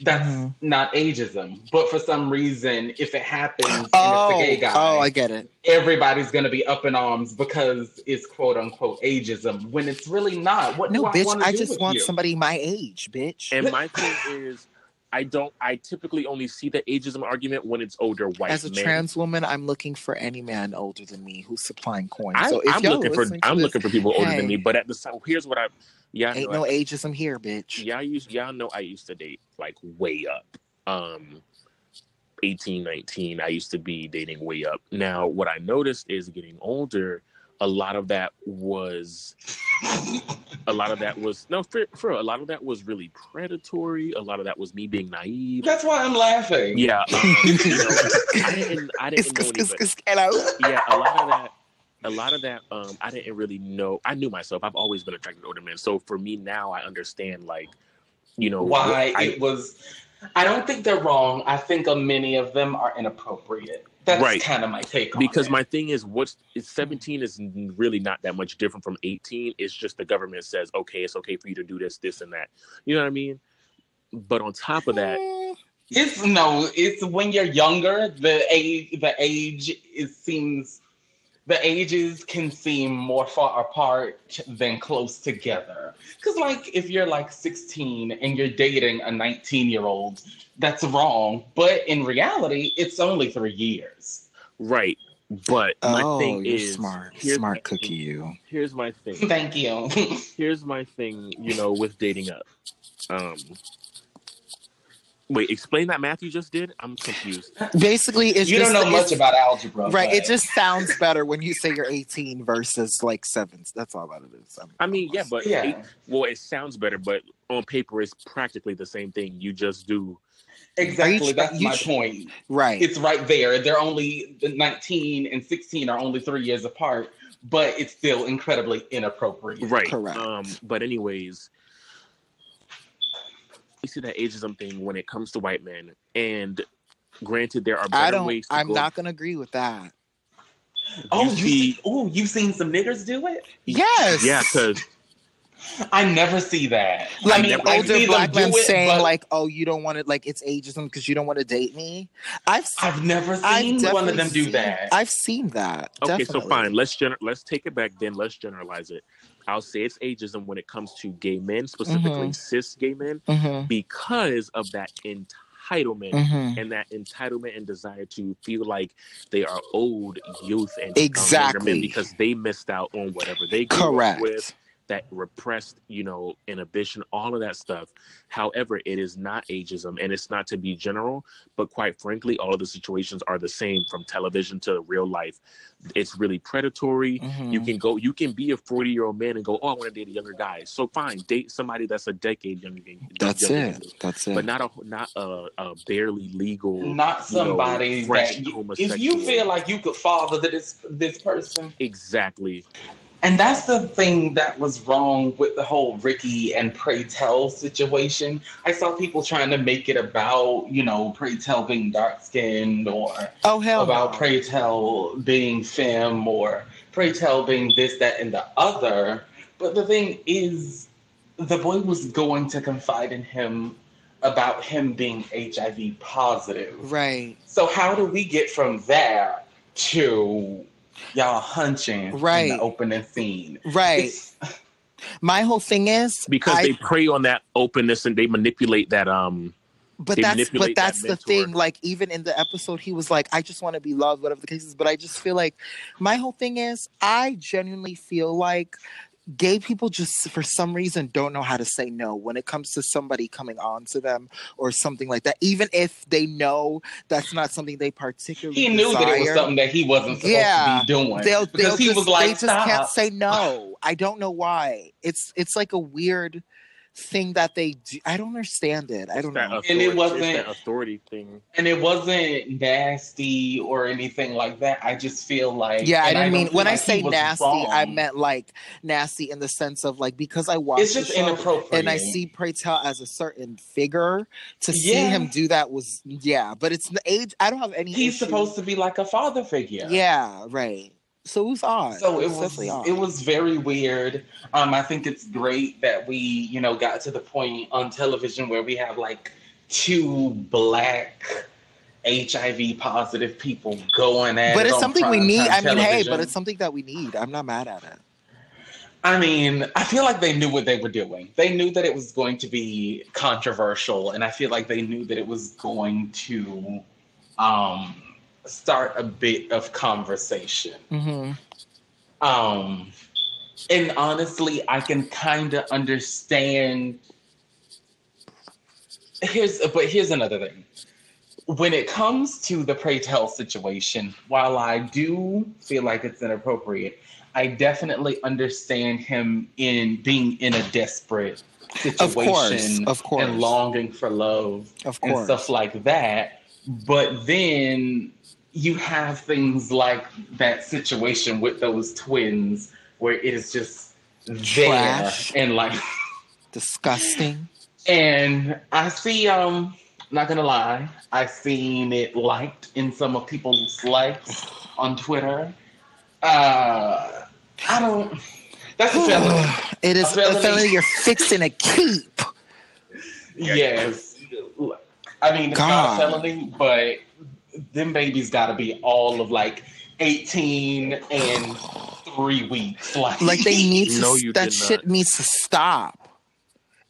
Speaker 4: that's
Speaker 6: Mhm.
Speaker 4: not ageism. But for some reason, if it happens and it's
Speaker 6: Oh,
Speaker 4: a gay guy,
Speaker 6: oh, I get it.
Speaker 4: everybody's going to be up in arms because it's quote unquote ageism when it's really not. What
Speaker 6: No,
Speaker 4: do
Speaker 6: bitch,
Speaker 4: wanna
Speaker 6: I
Speaker 4: do
Speaker 6: just
Speaker 4: with
Speaker 6: want
Speaker 4: you?
Speaker 6: somebody my age, bitch.
Speaker 5: And my thing is, I don't. I typically only see the ageism argument when it's older white
Speaker 6: As a
Speaker 5: men.
Speaker 6: trans woman, I'm looking for any man older than me who's supplying coins.
Speaker 5: I,
Speaker 6: so if
Speaker 5: I'm
Speaker 6: y'all
Speaker 5: looking for.
Speaker 6: listening to
Speaker 5: I'm
Speaker 6: this,
Speaker 5: looking for people older
Speaker 6: hey.
Speaker 5: than me. But at the same, here's what I. Yeah, I
Speaker 6: Ain't
Speaker 5: know
Speaker 6: no ageism here, bitch.
Speaker 5: y'all used y'all know I used to date like way up. Um 18, 19, I used to be dating way up. Now what I noticed is getting older, a lot of that was a lot of that was no for, for a lot of that was really predatory. A lot of that was me being naive.
Speaker 4: That's why I'm laughing.
Speaker 5: Yeah. Um, you know, I didn't I
Speaker 6: It's-
Speaker 5: didn't know
Speaker 6: it's-
Speaker 5: anybody
Speaker 6: it's- hello?
Speaker 5: yeah, a lot of that, a lot of that, um, I didn't really know. I knew myself. I've always been attracted to older men. So for me now, I understand, like, you know,
Speaker 4: why
Speaker 5: I-
Speaker 4: it was. I don't think they're wrong. I think uh, many of them are inappropriate. That's
Speaker 5: Right.
Speaker 4: kind of my take on
Speaker 5: because
Speaker 4: it.
Speaker 5: my thing is, what's it's
Speaker 6: Mm-hmm.
Speaker 5: seventeen is n- really not that much different from eighteen. It's just the government says, okay, it's okay for you to do this, this, and that. You know what I mean? But on top of that,
Speaker 6: Eh.
Speaker 4: it's no, it's when you're younger, the age, the age it seems, the ages can seem more far apart than close together. Because like if you're like 16 and you're dating a 19 year old, that's wrong. But in reality, it's only three years.
Speaker 5: right? But my
Speaker 6: oh,
Speaker 5: thing
Speaker 6: you're
Speaker 5: is
Speaker 6: smart,
Speaker 5: here's-
Speaker 6: smart cookie. You.
Speaker 5: Here's my thing.
Speaker 4: Thank you.
Speaker 5: here's my thing, you know, with dating up. Um Wait, explain that math you just did. I'm confused.
Speaker 6: Basically, it's
Speaker 4: you
Speaker 6: just
Speaker 4: don't know
Speaker 6: it's-
Speaker 4: much about algebra,
Speaker 6: Right,
Speaker 4: but-
Speaker 6: it just sounds better when you say you're 18 versus like sevens. That's all that it is. I'm-
Speaker 5: I mean, yeah, but
Speaker 4: yeah.
Speaker 5: it- well, it sounds better, but on paper, it's practically the same thing. You just do
Speaker 4: Exactly.
Speaker 6: you-
Speaker 4: That's
Speaker 6: you
Speaker 4: my
Speaker 6: sh-
Speaker 4: point.
Speaker 6: right.
Speaker 4: It's right there. They're only the 19 and 16 are only three years apart, but it's still incredibly inappropriate.
Speaker 5: right.
Speaker 6: Correct.
Speaker 5: Um, but anyways, you see that ageism thing when it comes to white men, and granted, there are better
Speaker 6: I don't.
Speaker 5: ways. To
Speaker 6: I'm
Speaker 5: go.
Speaker 6: not gonna agree with that.
Speaker 4: Oh,
Speaker 5: You
Speaker 4: you
Speaker 5: see-
Speaker 4: see, oh, you've seen some niggers do it?
Speaker 6: Yes.
Speaker 5: Yeah, because
Speaker 4: I never see that.
Speaker 6: Like
Speaker 4: I mean, I
Speaker 6: older
Speaker 4: see them
Speaker 6: black
Speaker 4: do
Speaker 6: men
Speaker 4: it,
Speaker 6: saying
Speaker 4: but
Speaker 6: like, "Oh, you don't want to like it's ageism because you don't want to date me." I've s-
Speaker 4: I've never
Speaker 6: I've
Speaker 4: seen one of
Speaker 6: definitely
Speaker 4: them do
Speaker 6: seen-
Speaker 4: that.
Speaker 6: I've seen that.
Speaker 5: Okay, so
Speaker 6: definitely.
Speaker 5: fine. Let's gener- let's take it back then. Let's generalize it. I'll say it's ageism when it comes to gay men, specifically
Speaker 6: Mhm.
Speaker 5: cis gay men,
Speaker 6: Mhm,
Speaker 5: because of that entitlement
Speaker 6: mhm.
Speaker 5: and that entitlement and desire to feel like they are old youth and
Speaker 6: Exactly.
Speaker 5: younger men because they missed out on whatever they grew up with
Speaker 6: Correct.
Speaker 5: that repressed, you know, inhibition, all of that stuff. However, it is not ageism and it's not to be general, but quite frankly, all of the situations are the same from television to real life. It's really predatory. You
Speaker 6: Mhm.
Speaker 5: can go, you can be a 40 year old man and go, oh, I want to date a younger guy. So fine, date somebody that's a decade younger than
Speaker 6: That's
Speaker 5: younger than
Speaker 6: it.
Speaker 5: you.
Speaker 6: That's
Speaker 5: But
Speaker 6: it.
Speaker 5: not a not a, a barely legal
Speaker 4: Not
Speaker 5: you know,
Speaker 4: somebody
Speaker 5: fresh
Speaker 4: that you, if
Speaker 5: homosexual.
Speaker 4: you feel like you could father this this person,
Speaker 5: Exactly.
Speaker 4: And that's the thing that was wrong with the whole Ricky and Pray Tell situation. I saw people trying to make it about, you know, Pray Tell being dark skinned or
Speaker 6: Oh hell
Speaker 4: about
Speaker 6: no.
Speaker 4: Pray Tell being femme or Pray Tell being this, that, and the other. But the thing is, the boy was going to confide in him about him being HIV positive.
Speaker 6: Right.
Speaker 4: So how do we get from there to y'all hunching
Speaker 6: Right.
Speaker 4: in the opening scene?
Speaker 6: Right.
Speaker 4: It's-
Speaker 6: My whole thing is
Speaker 5: Because
Speaker 6: I-
Speaker 5: they prey on that openness and they manipulate that um
Speaker 6: but
Speaker 5: they
Speaker 6: that's but
Speaker 5: manipulate that
Speaker 6: that's the
Speaker 5: mentor.
Speaker 6: thing like even in the episode he was like i just want to be loved whatever the case is but i just feel like my whole thing is i genuinely feel like gay people just for some reason don't know how to say no when it comes to somebody coming on to them or something like that even if they know that's not something they particularly
Speaker 4: he knew that it was
Speaker 6: desire,
Speaker 4: something that he wasn't supposed
Speaker 6: Yeah.
Speaker 4: to be doing.
Speaker 6: they'll,
Speaker 4: because
Speaker 6: they'll
Speaker 4: he
Speaker 6: just,
Speaker 4: was like,
Speaker 6: they just
Speaker 4: Stop.
Speaker 6: can't say no i don't know why it's it's like a weird thing that they do i don't understand it i don't
Speaker 5: that
Speaker 6: know
Speaker 5: authority,
Speaker 4: And it
Speaker 5: it's
Speaker 4: wasn't-
Speaker 5: that authority thing.
Speaker 4: And it wasn't nasty or anything like that. I just feel like
Speaker 6: Yeah,
Speaker 4: and
Speaker 6: I didn't
Speaker 4: don't
Speaker 6: mean
Speaker 4: feel
Speaker 6: when I
Speaker 4: like he
Speaker 6: say
Speaker 4: was
Speaker 6: nasty,
Speaker 4: wrong.
Speaker 6: I meant like nasty in the sense of like because I watch
Speaker 4: it's
Speaker 6: the
Speaker 4: just
Speaker 6: show
Speaker 4: inappropriate.
Speaker 6: and I see Pray Tell as a certain figure. To see
Speaker 4: Yeah.
Speaker 6: him do that was yeah, but it's the age. I don't have any.
Speaker 4: he's
Speaker 6: issue-
Speaker 4: supposed to be like a father figure.
Speaker 6: Yeah, right. So it was odd.
Speaker 4: So it
Speaker 6: was
Speaker 4: was
Speaker 6: definitely odd.
Speaker 4: it was very weird. Um, I think it's great that we you know got to the point on television where we have like two black HIV positive people going at.
Speaker 6: but
Speaker 4: it
Speaker 6: it's
Speaker 4: on
Speaker 6: something we
Speaker 4: primetime
Speaker 6: need. I mean, hey,
Speaker 4: television.
Speaker 6: but it's something that we need. I'm not mad at it.
Speaker 4: I mean, I feel like they knew what they were doing. They knew that it was going to be controversial, and I feel like they knew that it was going to um, start a bit of conversation.
Speaker 6: Mm-hmm.
Speaker 4: Um, and honestly, I can kind of understand. Here's, but here's another thing. When it comes to the pray tell situation, while I do feel like it's inappropriate, I definitely understand him in being in a desperate situation
Speaker 6: Of course, of course,
Speaker 4: and longing for love
Speaker 6: of
Speaker 4: and
Speaker 6: course.
Speaker 4: stuff like that. But then you have things like that situation with those twins where it is just
Speaker 6: Trash.
Speaker 4: there and like
Speaker 6: Disgusting.
Speaker 4: and I see um not gonna lie, I've seen it liked in some of people's likes on Twitter. Uh I don't that's a felony.
Speaker 6: it is
Speaker 4: A
Speaker 6: a
Speaker 4: felony.
Speaker 6: felony you're fixing to keep.
Speaker 4: Yes. I mean, it's
Speaker 6: God.
Speaker 4: not a felony, but them babies got to be all of like 18 and three weeks. Like,
Speaker 6: Like they need to.
Speaker 5: No, you
Speaker 6: that
Speaker 5: did
Speaker 6: shit
Speaker 5: not.
Speaker 6: needs to stop.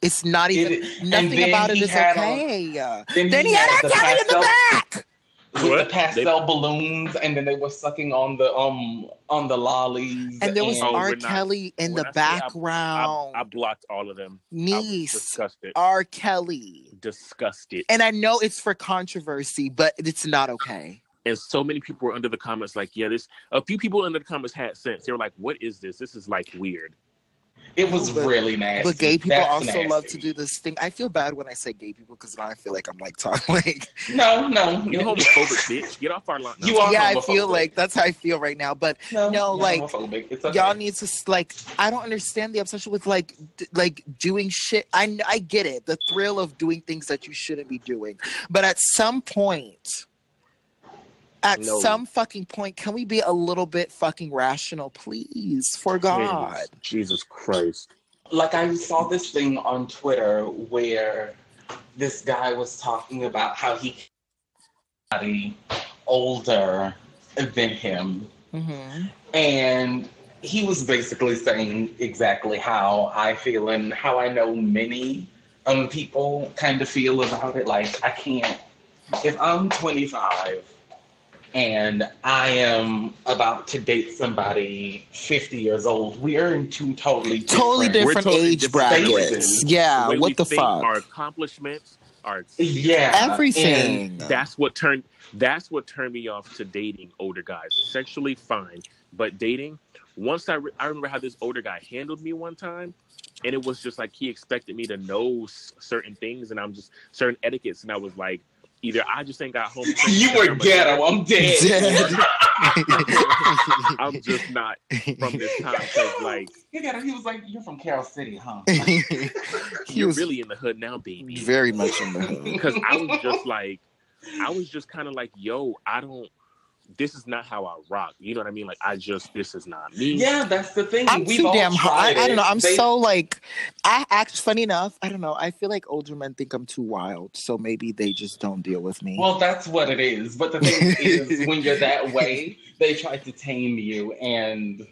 Speaker 6: It's not even
Speaker 4: It- and
Speaker 6: nothing
Speaker 4: then
Speaker 6: about it
Speaker 4: he
Speaker 6: is
Speaker 4: had
Speaker 6: okay.
Speaker 4: then,
Speaker 6: then he had
Speaker 4: the
Speaker 6: that guy in the
Speaker 4: pastel-
Speaker 6: back.
Speaker 4: with
Speaker 5: What?
Speaker 4: the
Speaker 5: They-
Speaker 4: pastel balloons, and then they were sucking on the um on the lollies.
Speaker 6: And there was
Speaker 5: Oh,
Speaker 6: R.
Speaker 5: we're not-
Speaker 6: Kelly in
Speaker 5: when
Speaker 6: the
Speaker 5: I say I-
Speaker 6: background.
Speaker 5: I, I blocked all of them. I was
Speaker 6: Um, niece
Speaker 5: disgusted.
Speaker 6: R. Kelly.
Speaker 5: disgusted.
Speaker 6: And I know it's for controversy, but it's not okay.
Speaker 5: And so many people were under the comments like, yeah, this a few people under the comments had sense. They were like, what is this? This is like weird.
Speaker 4: it was
Speaker 6: But-
Speaker 4: really nasty.
Speaker 6: But gay people
Speaker 4: That's
Speaker 6: also love
Speaker 4: nasty.
Speaker 6: to do this thing. I feel bad when I say gay people because now I feel like I'm like talking like
Speaker 4: No, no,
Speaker 5: You
Speaker 4: no,
Speaker 5: homophobic bitch. Get off our line.
Speaker 4: You are-
Speaker 6: yeah, I feel
Speaker 4: homophobic.
Speaker 6: like that's how I feel right now. But
Speaker 4: no,
Speaker 6: No,
Speaker 4: you're
Speaker 6: like,
Speaker 4: homophobic. It's okay.
Speaker 6: y'all need to s- like i don't understand the obsession with like d- like doing shit i kn- i get it the thrill of doing things that you shouldn't be doing but at some point at
Speaker 5: No.
Speaker 6: some fucking point can we be a little bit fucking rational please for
Speaker 5: Jesus-
Speaker 6: god
Speaker 5: Jesus Christ.
Speaker 4: like I saw this thing on Twitter where this guy was talking about how he somebody older than him,
Speaker 6: Mm-hmm.
Speaker 4: and he was basically saying exactly how I feel and how I know many um people kind of feel about it. Like I can't if I'm 25 and I am about to date somebody 50 years old, we are in two totally different
Speaker 6: Totally different
Speaker 5: totally
Speaker 6: age
Speaker 5: different
Speaker 4: spaces.
Speaker 6: brackets. Yeah,
Speaker 5: way we
Speaker 6: Uh, what the
Speaker 5: think,
Speaker 6: fuck?
Speaker 5: Our accomplishments, our
Speaker 4: Yeah. and-
Speaker 6: Everything.
Speaker 5: that's what turned that's what turned me off to dating older guys. Sexually fine, but dating. Once I re- I remember how this older guy handled me one time, and it was just like he expected me to know s- certain things, and I'm just certain etiquettes, and I was like, either I just ain't got home. training,
Speaker 4: You were
Speaker 5: I'm a-
Speaker 4: ghetto. I'm dead.
Speaker 5: I'm just not from this time. 'cause, like
Speaker 4: He got- He was like, "You're from Carroll City, huh?"
Speaker 6: he
Speaker 5: you're
Speaker 6: was
Speaker 5: really in the hood now, baby.
Speaker 6: very much in the hood.
Speaker 5: because I was just like, I was just kind of like, yo, I don't. This is not how I rock. You know what I mean? Like, I just this is not me.
Speaker 4: Yeah, that's the thing.
Speaker 6: I'm
Speaker 4: We've
Speaker 6: too
Speaker 4: all
Speaker 6: damn hot.
Speaker 4: tried
Speaker 6: I, I don't know.
Speaker 4: it.
Speaker 6: I'm
Speaker 4: They-
Speaker 6: so like, I act funny enough. I don't know. I feel like older men think I'm too wild, so maybe they just don't deal with me.
Speaker 4: Well, that's what it is. But the thing is, when you're that way, they try to tame you, and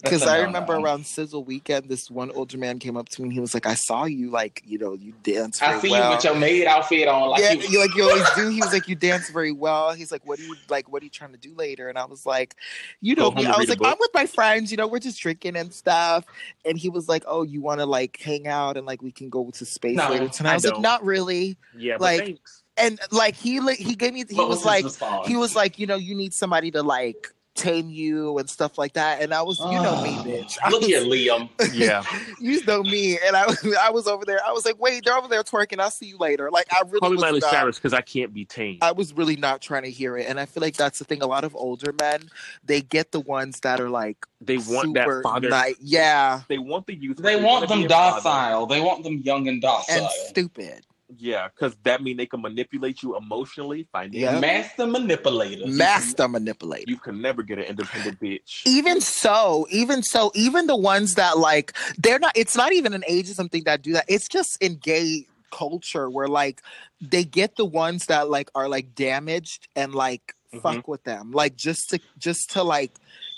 Speaker 4: that's
Speaker 6: Because
Speaker 4: a
Speaker 6: I
Speaker 4: no-no.
Speaker 6: remember around Sizzle weekend, this one older man came up to me and he was like, "I saw you like, you know, you dance very
Speaker 4: I see
Speaker 6: well."
Speaker 4: you with your maid outfit on, like
Speaker 6: yeah,
Speaker 4: you.
Speaker 6: you like you always do. He was like, "You dance very well." He's like, "What are you like? What are you trying to do later?" And I was like, "You
Speaker 5: Go
Speaker 6: know,
Speaker 5: home
Speaker 6: me.
Speaker 5: and
Speaker 6: I
Speaker 5: read
Speaker 6: was
Speaker 5: a
Speaker 6: like,
Speaker 5: book.
Speaker 6: I'm with my friends. You know, we're just drinking and stuff." And he was like, "Oh, you want to like hang out and like we can go to space
Speaker 4: No,
Speaker 6: later tonight?" I
Speaker 5: I
Speaker 6: was like,
Speaker 5: don't.
Speaker 6: "Not really."
Speaker 5: yeah. But
Speaker 6: Like-
Speaker 5: thanks.
Speaker 6: And like he li- he gave me he
Speaker 4: What
Speaker 6: was
Speaker 4: his
Speaker 6: like
Speaker 4: response?
Speaker 6: he was like, you know, you need somebody to like tame you and stuff like that. And I was, you know, me,
Speaker 4: Oh.
Speaker 6: bitch. I
Speaker 4: Look
Speaker 6: was-
Speaker 4: here, Liam.
Speaker 5: Yeah,
Speaker 6: you know me, and I was I was over there. I was like, wait, they're over there twerking. I'll see you later. Like I really
Speaker 5: call me
Speaker 6: was
Speaker 5: Miley
Speaker 6: not,
Speaker 5: Cyrus because I can't be tamed.
Speaker 6: I was really not trying to hear it, and I feel like that's the thing. A lot of older men, they get the ones that are like
Speaker 5: They want
Speaker 6: super
Speaker 5: that father.
Speaker 6: nice, yeah,
Speaker 5: They want the youth.
Speaker 4: They
Speaker 5: wanna
Speaker 4: want
Speaker 5: be
Speaker 4: them
Speaker 5: a father.
Speaker 4: docile. They want them young and
Speaker 6: and
Speaker 4: docile.
Speaker 6: stupid.
Speaker 5: Yeah, because that mean they can manipulate you emotionally, financially.
Speaker 6: Yeah.
Speaker 4: Master manipulators.
Speaker 6: Master manipulator.
Speaker 5: You can never get an independent bitch.
Speaker 6: even so, even so, even the ones that like they're not. It's not even an ageism thing that do that. It's just in gay culture where like they get the ones that like are like damaged and like
Speaker 5: Mm-hmm.
Speaker 6: fuck with them, like just to just to like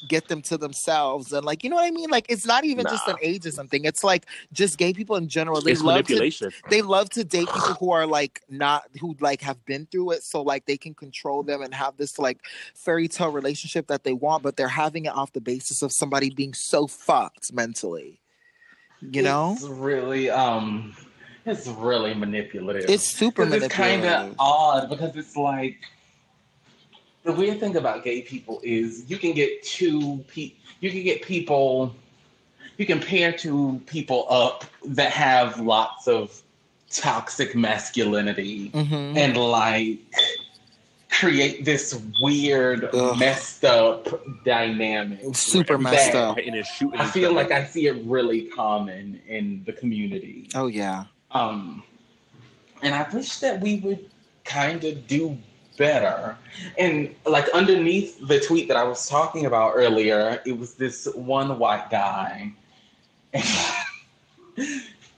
Speaker 6: get them to themselves and like you know what I mean. Like it's not even just
Speaker 5: Nah.
Speaker 6: an ageism thing. It's like just gay people in general. They
Speaker 5: It's
Speaker 6: love to
Speaker 5: manipulation.
Speaker 6: they love to date people who are like not who like have been through it so like they can control them and have this like fairy tale relationship that they want but they're having it off the basis of somebody being so fucked mentally you know
Speaker 4: it's really um it's really manipulative
Speaker 6: it's super
Speaker 4: Because it's kind
Speaker 6: manipulative
Speaker 4: of odd because it's like the weird thing about gay people is you can get two pe- you can get people you can pair two people up that have lots of toxic masculinity
Speaker 6: Mhm.
Speaker 4: and like create this weird
Speaker 6: Ugh.
Speaker 4: messed up dynamic
Speaker 6: It's super
Speaker 5: Everybody's
Speaker 6: messed
Speaker 4: That-
Speaker 6: up
Speaker 5: fighting and shooting.
Speaker 4: I
Speaker 5: each
Speaker 4: feel
Speaker 5: other.
Speaker 4: like I see it really common in the community.
Speaker 6: oh yeah
Speaker 4: Um, and I wish that we would kind of do better. And like underneath the tweet that I was talking about earlier, it was this one white guy.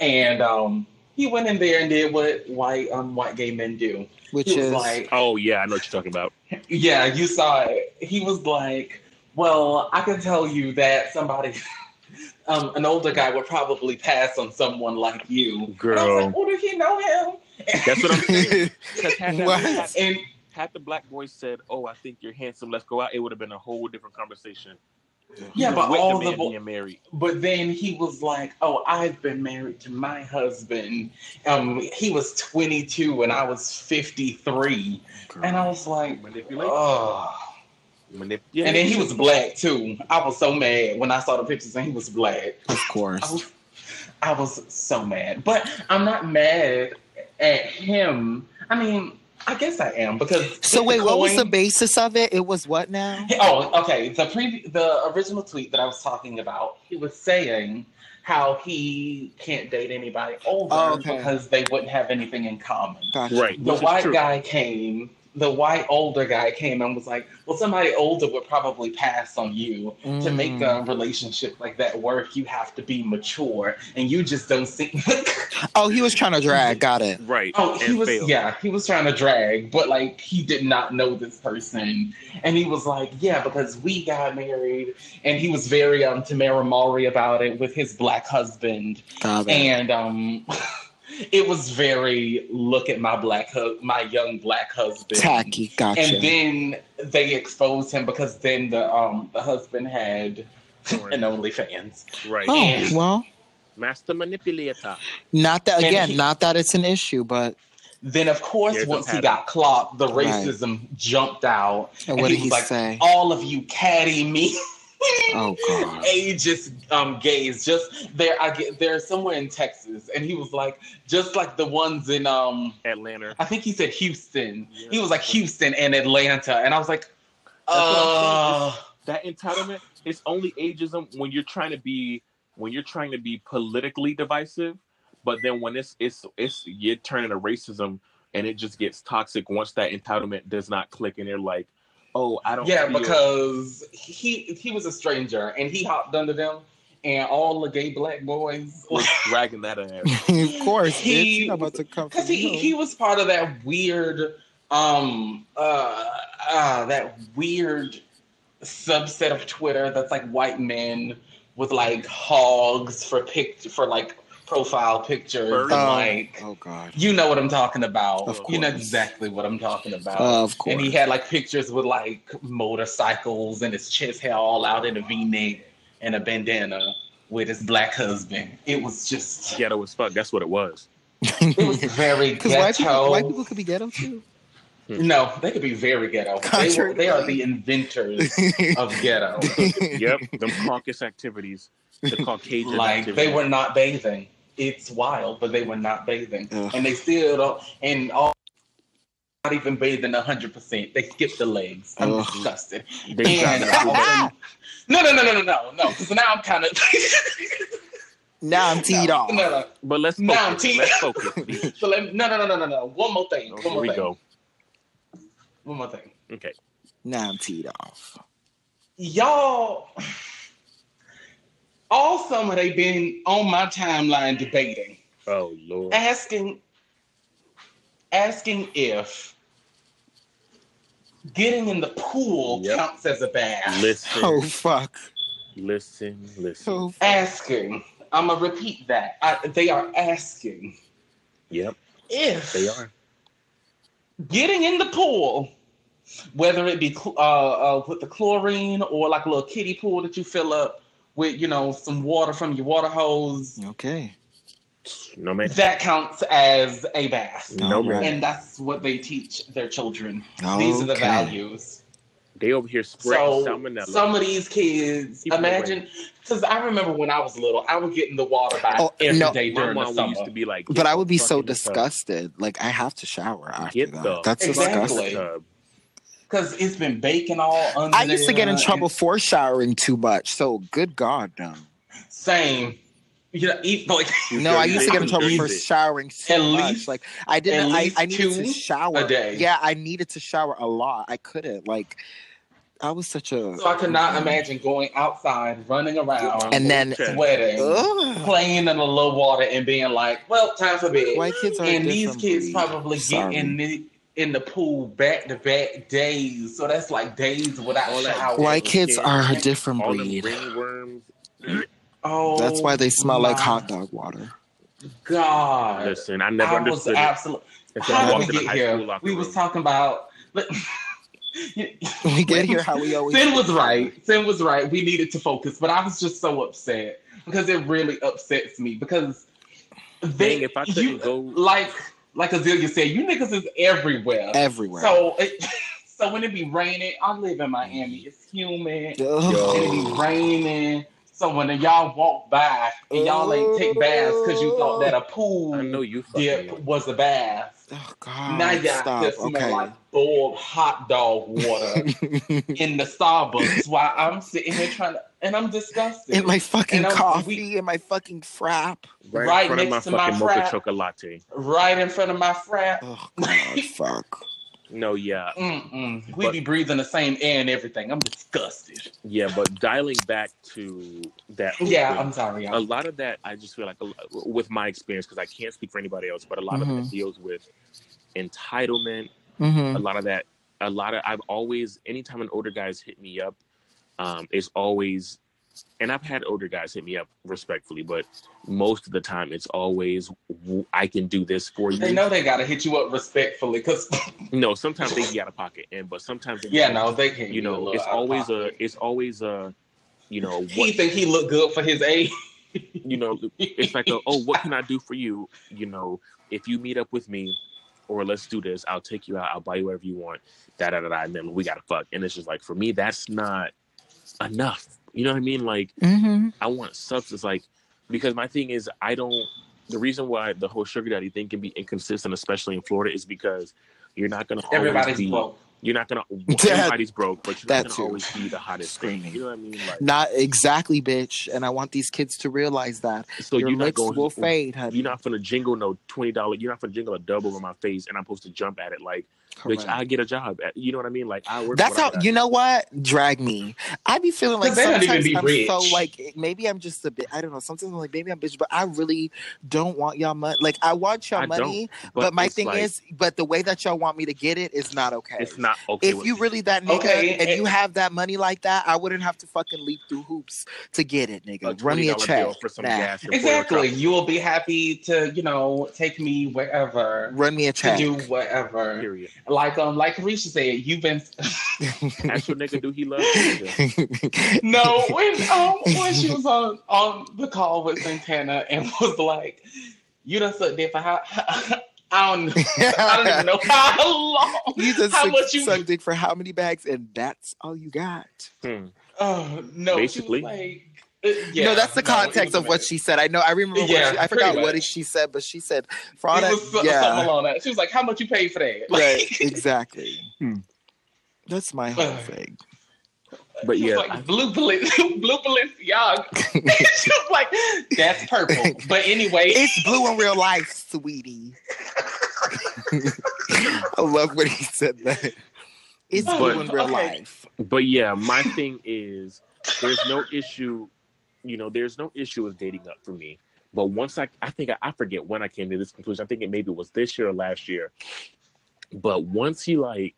Speaker 4: and um, he went in there and did what white um, white gay men do.
Speaker 6: which
Speaker 4: He was
Speaker 6: is
Speaker 4: like,
Speaker 5: Oh yeah, I know what you're talking about.
Speaker 4: yeah, you saw it. He was like, "Well, I can tell you that somebody, um, an older guy, would probably pass on someone like you." And I was
Speaker 5: Girl.
Speaker 4: like, "Oh, did he know him?"
Speaker 5: That's what I'm saying. 'Cause had that-
Speaker 6: What?
Speaker 5: had-
Speaker 4: And
Speaker 5: had the black boy said, "Oh, I think you're handsome. Let's go out," it would have been a whole different conversation.
Speaker 4: yeah, but
Speaker 5: With
Speaker 4: all
Speaker 5: the
Speaker 4: the
Speaker 5: man
Speaker 4: bo-
Speaker 5: being married,
Speaker 4: but then he was like, "Oh, I've been married to my husband. Um, he was 22 and I was 53." And I was like,
Speaker 5: manipulate,
Speaker 4: "Oh."
Speaker 5: manip- yeah.
Speaker 4: And then he was black too. I was so mad when I saw the pictures and he was black.
Speaker 6: of
Speaker 4: I
Speaker 6: course
Speaker 4: was, I was so mad. But I'm not mad at him. I mean, I guess I am because.
Speaker 6: so wait what was the
Speaker 4: Cohen-
Speaker 6: basis of it it was what now
Speaker 4: Oh, okay. The pre- the original tweet that I was talking about, he was saying how he can't date anybody older
Speaker 6: Oh, okay.
Speaker 4: because they wouldn't have anything in common.
Speaker 6: Gotcha.
Speaker 5: right.
Speaker 4: The
Speaker 5: which is
Speaker 4: white
Speaker 5: true.
Speaker 4: guy came the white older guy came and was like, "Well, somebody older would probably pass on you. To make a
Speaker 6: Mm.
Speaker 4: relationship like that work, you have to be mature, and you just don't seem."
Speaker 6: Oh, he was trying to drag. Got it.
Speaker 5: Right.
Speaker 4: Oh, he
Speaker 5: and
Speaker 4: was
Speaker 5: failed.
Speaker 4: yeah, he was trying to drag, but like he did not know this person, and he was like, yeah, because we got married, and he was very um Tamara Maury about it with his black husband,
Speaker 6: Got it.
Speaker 4: and um, it was very look at my black hu- my young black husband
Speaker 6: Tacky. Gotcha.
Speaker 4: and then they exposed him because then the um the husband had an OnlyFans.
Speaker 5: Right.
Speaker 6: oh well,
Speaker 5: Master manipulator.
Speaker 6: not that
Speaker 4: And
Speaker 6: again.
Speaker 4: he-
Speaker 6: not that it's an issue, but
Speaker 4: Then of course,
Speaker 5: Here's a
Speaker 4: once he
Speaker 5: pattern.
Speaker 4: got clocked, the
Speaker 6: Right.
Speaker 4: racism jumped out.
Speaker 6: and
Speaker 4: And
Speaker 6: what
Speaker 4: he
Speaker 6: did he
Speaker 4: was like,
Speaker 6: say?
Speaker 4: all of you caddy me.
Speaker 6: Oh god.
Speaker 4: Ages um gays. Just there I get they're somewhere in Texas. And he was like, just like the ones in um
Speaker 5: Atlanta.
Speaker 4: I think he said Houston. He was like
Speaker 5: Yeah.
Speaker 4: Houston and Atlanta. And I was like,
Speaker 5: what I'm
Speaker 4: uh
Speaker 5: That entitlement is only ageism when you're trying to be when you're trying to be politically divisive, but then when it's it's it's you're turning to racism and it just gets toxic once that entitlement does not click and they're like, oh, I don't.
Speaker 4: Yeah,
Speaker 5: feel-
Speaker 4: because he he was a stranger and he hopped under them and all the gay black boys
Speaker 5: was dragging that ass.
Speaker 6: of course, bitch.
Speaker 4: "Oh, He-
Speaker 6: You about to come from
Speaker 4: because he,
Speaker 6: you.
Speaker 4: he was part of that weird um uh, uh that weird subset of twitter that's like white men with like hogs for pic for like profile pictures and,
Speaker 5: Birds.
Speaker 6: Oh,
Speaker 4: like
Speaker 6: oh god.
Speaker 4: you know what i'm talking about
Speaker 5: Of
Speaker 4: you know
Speaker 6: course. Uh,
Speaker 4: exactly what i'm talking about
Speaker 6: of course.
Speaker 4: uh, and he had like pictures with like motorcycles and his chest hair all out in a v-neck and a bandana with his black husband it was just
Speaker 5: Ghetto as fuck. That's what it was.
Speaker 4: it was very
Speaker 6: Because white
Speaker 4: ghetto.
Speaker 6: people, white people could be ghetto too.
Speaker 4: No, they could be very ghetto. They,
Speaker 6: Contrary
Speaker 4: were,
Speaker 6: to
Speaker 4: they are
Speaker 6: me.
Speaker 4: the inventors of ghetto.
Speaker 5: Yep. Them caucus activities. The Caucasian
Speaker 4: like
Speaker 5: activities.
Speaker 4: they were not bathing. It's wild, but they were not bathing,
Speaker 6: Ugh.
Speaker 4: and they still don't. And all not even bathing hundred percent. They skip the legs. I'm
Speaker 6: Ugh.
Speaker 4: disgusted.
Speaker 5: They tried
Speaker 4: And
Speaker 5: to prove it.
Speaker 4: I was- no, no, no, no, no, no, no. Because now I'm kind of
Speaker 6: Now I'm teed
Speaker 4: no,
Speaker 6: off.
Speaker 4: No, no.
Speaker 5: But let's
Speaker 4: Now,
Speaker 5: focus.
Speaker 4: T.
Speaker 5: let's focus. please.
Speaker 4: So let, no, no, no, no, no, no. One more thing.
Speaker 5: Oh,
Speaker 4: One
Speaker 5: Here
Speaker 4: more
Speaker 5: we
Speaker 4: thing.
Speaker 5: go.
Speaker 4: One more thing.
Speaker 5: Okay.
Speaker 6: Now I'm teed off.
Speaker 4: y'all all summer they've been on my timeline debating
Speaker 5: Oh Lord.
Speaker 4: asking asking if getting in the pool
Speaker 5: Yep.
Speaker 4: counts as a bath
Speaker 5: Listen.
Speaker 6: Oh fuck.
Speaker 5: Listen. Listen.
Speaker 6: Oh,
Speaker 4: asking i'm gonna repeat that I, they are asking
Speaker 5: Yep.
Speaker 4: if
Speaker 5: They are.
Speaker 4: getting in the pool whether it be cl- uh, uh, with the chlorine or like a little kiddie pool that you fill up with you know some water from your water hose
Speaker 6: okay.
Speaker 5: No man.
Speaker 4: that counts as a bath.
Speaker 5: No
Speaker 6: All
Speaker 5: man.
Speaker 6: right.
Speaker 4: And that's what they teach their children.
Speaker 6: okay.
Speaker 4: These are the values.
Speaker 5: They over here spreading
Speaker 4: So
Speaker 5: salmonella.
Speaker 4: some of these kids,
Speaker 5: Keep it
Speaker 4: imagine, because I remember when I was little, I would get in the water by
Speaker 6: Oh,
Speaker 4: every day
Speaker 6: no.
Speaker 5: My
Speaker 4: during the
Speaker 5: mom
Speaker 4: summer.
Speaker 5: used to be like, uh,
Speaker 6: But I would be
Speaker 5: "Get
Speaker 6: so
Speaker 5: the fuck in the
Speaker 6: disgusted. Like I have to shower after
Speaker 5: Get
Speaker 6: that.
Speaker 5: the
Speaker 6: That's
Speaker 5: tub. Fuck in the
Speaker 6: disgusting.
Speaker 4: Exactly.
Speaker 5: tub.
Speaker 4: Because it's been baking all under
Speaker 6: I used to get in
Speaker 4: there,
Speaker 6: trouble
Speaker 4: and
Speaker 6: for showering too much. So good God, no.
Speaker 4: Same. You know, eat like
Speaker 6: No, I used to get in
Speaker 5: Dirty
Speaker 6: trouble for
Speaker 5: bitch.
Speaker 6: showering so
Speaker 4: At
Speaker 6: much.
Speaker 4: least-
Speaker 6: like I didn't.
Speaker 4: at
Speaker 6: I,
Speaker 4: least
Speaker 6: I needed to
Speaker 4: two
Speaker 6: shower
Speaker 4: a day.
Speaker 6: Yeah, I needed to shower a lot. I couldn't. Like I was such a.
Speaker 4: so I could not imagine going outside, running around,
Speaker 6: And then,
Speaker 5: Okay.
Speaker 4: sweating,
Speaker 6: ugh,
Speaker 4: playing in the low water, and being like, "Well, time for bed."
Speaker 6: white kids are. a
Speaker 4: and these
Speaker 6: different
Speaker 4: kids
Speaker 6: breed.
Speaker 4: probably
Speaker 6: Sorry.
Speaker 4: get in the in the pool back to back days, so that's like days without
Speaker 5: All that
Speaker 4: showers.
Speaker 6: White kids are a different
Speaker 5: All them
Speaker 6: breed.
Speaker 5: ringworms.
Speaker 4: Oh,
Speaker 6: That's why they smell like
Speaker 4: my
Speaker 6: hot dog water.
Speaker 4: God,
Speaker 5: Listen, I never
Speaker 4: I
Speaker 5: understood
Speaker 4: was
Speaker 5: it.
Speaker 4: absolutely.
Speaker 5: Until I
Speaker 4: How
Speaker 5: walked
Speaker 4: did
Speaker 5: in
Speaker 4: we
Speaker 5: the
Speaker 4: get
Speaker 5: high school
Speaker 4: here?
Speaker 5: locker
Speaker 4: We
Speaker 5: room.
Speaker 4: was talking about.
Speaker 6: We get here how we always.
Speaker 4: Sin was right. Sin was right. We needed to focus, but I was just so upset because it really upsets me because they,
Speaker 5: Dang, if I couldn't
Speaker 4: you,
Speaker 5: go-
Speaker 4: like like Azealia said, you niggas is everywhere.
Speaker 6: Everywhere.
Speaker 4: So it, so when it be raining, I live in Miami. It's humid. It be
Speaker 6: Ugh.
Speaker 4: raining. So when y'all walk by and y'all ain't take baths because you thought that a pool
Speaker 5: I know you fucking
Speaker 4: dip
Speaker 5: know.
Speaker 4: was a bath.
Speaker 6: Oh God!
Speaker 4: now y'all
Speaker 6: stop.
Speaker 4: just smell
Speaker 6: Okay.
Speaker 4: like boiled hot dog water in the Starbucks while I'm sitting here trying to, and I'm disgusted.
Speaker 6: in my fucking
Speaker 4: And I'm-
Speaker 6: coffee,
Speaker 4: we-
Speaker 6: in my fucking frap.
Speaker 5: right,
Speaker 4: right
Speaker 5: in front
Speaker 4: next
Speaker 5: of
Speaker 4: to
Speaker 5: my
Speaker 4: my
Speaker 5: fucking
Speaker 4: frat.
Speaker 5: mocha chocolate latte.
Speaker 4: right in front of my frat.
Speaker 6: Oh God! fuck.
Speaker 5: No, yeah,
Speaker 4: Mm-mm. We
Speaker 5: But-
Speaker 4: be breathing the same air and everything. I'm disgusted.
Speaker 5: yeah. But dialing back to that.
Speaker 4: Yeah,
Speaker 5: open-
Speaker 4: I'm sorry.
Speaker 5: a
Speaker 4: y'all.
Speaker 5: lot of that I just feel like a lo- with my experience because I can't speak for anybody else, but a lot of
Speaker 6: Mhm.
Speaker 5: that deals with entitlement.
Speaker 6: Mm-hmm.
Speaker 5: A lot of that, a lot of I've always anytime an older guy's hit me up, um, it's always, and I've had older guys hit me up respectfully, but most of the time it's always "W- I can do this for you.
Speaker 4: They know they gotta hit you up respectfully, cause
Speaker 5: No, sometimes they be out of pocket, and but sometimes they-
Speaker 4: yeah, no, they can't.
Speaker 5: you know it's always a it's always a you know
Speaker 4: He
Speaker 5: what
Speaker 4: think he look good for his age.
Speaker 5: you know it's like a, oh what can i do for you you know if you meet up with me or let's do this i'll take you out i'll buy you whatever you want da da da da and then we gotta fuck and it's just like for me that's not enough you know what i mean like
Speaker 6: Mm-hmm.
Speaker 5: i want substance like because my thing is i don't the reason why the whole sugar daddy thing can be inconsistent especially in florida is because you're not gonna always
Speaker 4: Everybody's
Speaker 5: be,
Speaker 4: broke.
Speaker 5: you're not gonna well,
Speaker 6: That-
Speaker 5: everybody's broke but you're
Speaker 6: that
Speaker 5: not gonna
Speaker 6: too.
Speaker 5: always be the hottest thing
Speaker 6: Screaming.
Speaker 5: you know what i mean like
Speaker 6: Not exactly, bitch. And I want these kids to realize that
Speaker 5: so
Speaker 6: your
Speaker 5: you're not
Speaker 6: lips
Speaker 5: going
Speaker 6: will fade, honey.
Speaker 5: You're not gonna jingle no twenty dollar. You're not gonna jingle a dub over my face, and I'm supposed to jump at it like,
Speaker 6: Correct.
Speaker 5: bitch, I get a job. At, you know what I mean? Like I work.
Speaker 6: That's
Speaker 5: what I
Speaker 6: how
Speaker 5: got.
Speaker 6: you know what drag me. I be feeling like
Speaker 4: 'Cause they don't even
Speaker 6: sometimes
Speaker 4: be
Speaker 6: I'm
Speaker 4: rich.
Speaker 6: so like maybe I'm just a bit. I don't know. Sometimes I'm like maybe I'm bitch, but I really don't want y'all money. Like I want y'all
Speaker 5: I don't,
Speaker 6: money, but, my
Speaker 5: it's
Speaker 6: thing
Speaker 5: like,
Speaker 6: is, but the way that y'all want me to get it is not okay.
Speaker 5: it's not okay.
Speaker 6: If
Speaker 5: with
Speaker 6: you
Speaker 5: me.
Speaker 6: really that nigga
Speaker 4: Okay,
Speaker 6: and
Speaker 4: and-
Speaker 6: you have that money like that, I wouldn't have to fucking leap through hoops to get it,
Speaker 5: a
Speaker 6: nigga. Run
Speaker 5: twenty
Speaker 6: me a
Speaker 5: dollar
Speaker 6: check.
Speaker 5: bill for some
Speaker 6: Nah.
Speaker 5: gas, and
Speaker 4: Exactly.
Speaker 5: four
Speaker 4: You will be happy to, you know, take me wherever
Speaker 6: Run me a
Speaker 4: to
Speaker 6: check.
Speaker 4: do
Speaker 5: truck,
Speaker 4: whatever.
Speaker 5: Period.
Speaker 4: Like um, like Risha said, you've been
Speaker 5: Ask your nigga, do he love you?
Speaker 4: no when um when she was on on the call with Santana and was like, you done sucked dick for how I don't know. I don't even know how long.
Speaker 6: you just
Speaker 4: how
Speaker 6: suck,
Speaker 4: much you
Speaker 6: suck dick for how many bags, and that's all you got.
Speaker 5: Hmm.
Speaker 4: Oh no!
Speaker 5: Basically.
Speaker 4: she was like, uh, yeah,
Speaker 6: no, that's the
Speaker 4: no, it
Speaker 6: context
Speaker 4: was
Speaker 6: of what she said. I know. I remember. What
Speaker 4: Yeah,
Speaker 6: she, I
Speaker 4: pretty
Speaker 6: forgot what
Speaker 4: much.
Speaker 6: she said, but she said for all
Speaker 4: amazing.
Speaker 6: that.
Speaker 4: It was so- something
Speaker 6: yeah,
Speaker 4: along that. She was like, "How much you paid for that?" Like,
Speaker 6: right. Exactly.
Speaker 5: Hmm.
Speaker 6: That's my whole thing.
Speaker 5: But
Speaker 4: she was
Speaker 5: yeah,
Speaker 4: like
Speaker 5: I-
Speaker 4: blue Balen- blue Balenciaga. she was like, "That's purple." But anyway,
Speaker 6: It's blue in real life, sweetie. I love when he said that. It's
Speaker 5: But-
Speaker 6: blue in real
Speaker 4: Okay.
Speaker 6: life.
Speaker 5: but yeah, my thing is, there's no issue. You know, there's no issue with dating up for me. But once I, I think I, I forget when I came to this conclusion. I think it maybe was this year or last year. But once you like,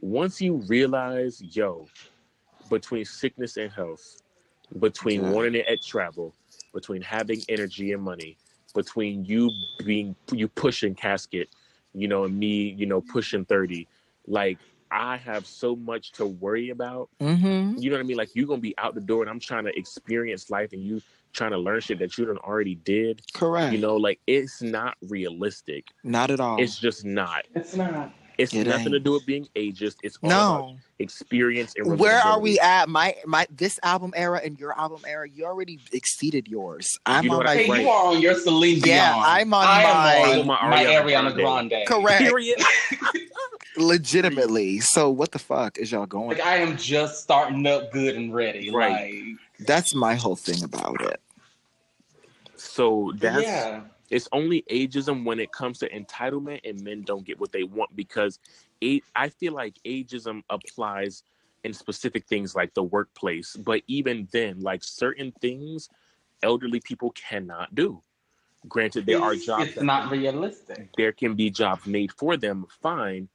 Speaker 5: once you realize, yo, between sickness and health, between
Speaker 6: Yeah.
Speaker 5: wanting to at travel, between having energy and money, between you being you pushing casket, you know, and me, you know, pushing thirty, like I have so much to worry about.
Speaker 6: Mm-hmm.
Speaker 5: You know what I mean? Like you're gonna be out the door, and I'm trying to experience life, and you trying to learn shit that you done already did.
Speaker 6: Correct.
Speaker 5: You know, like it's not realistic.
Speaker 6: Not at all.
Speaker 5: It's just not.
Speaker 4: it's not.
Speaker 5: It's
Speaker 6: It
Speaker 5: nothing
Speaker 6: ain't.
Speaker 5: to do with being ageist. It's all about
Speaker 6: no.
Speaker 5: experience and
Speaker 6: Where are
Speaker 5: relatability.
Speaker 6: we at? My my this album era and your album era, you already exceeded yours. I'm
Speaker 5: You know
Speaker 6: on
Speaker 5: what I-
Speaker 6: my
Speaker 4: Hey,
Speaker 5: Right.
Speaker 4: you are on your Celine Dion.
Speaker 6: Yeah, I'm on
Speaker 4: I am
Speaker 5: my-
Speaker 4: on
Speaker 5: My
Speaker 4: my,
Speaker 5: Ariana
Speaker 4: Ariana Grande.
Speaker 6: correct.
Speaker 5: Period.
Speaker 6: legitimately. So what the fuck is y'all going?
Speaker 4: Like I am just starting up good and ready.
Speaker 5: Right.
Speaker 4: Like,
Speaker 6: That's my whole thing about it.
Speaker 5: So that's
Speaker 4: yeah.
Speaker 5: it's only ageism when it comes to entitlement and men don't get what they want because a- I feel like ageism applies in specific things like the workplace, but even then, like certain things elderly people cannot do. Granted, there are
Speaker 4: It's-
Speaker 5: jobs
Speaker 4: It's not realistic.
Speaker 5: there can be jobs made for them, fine,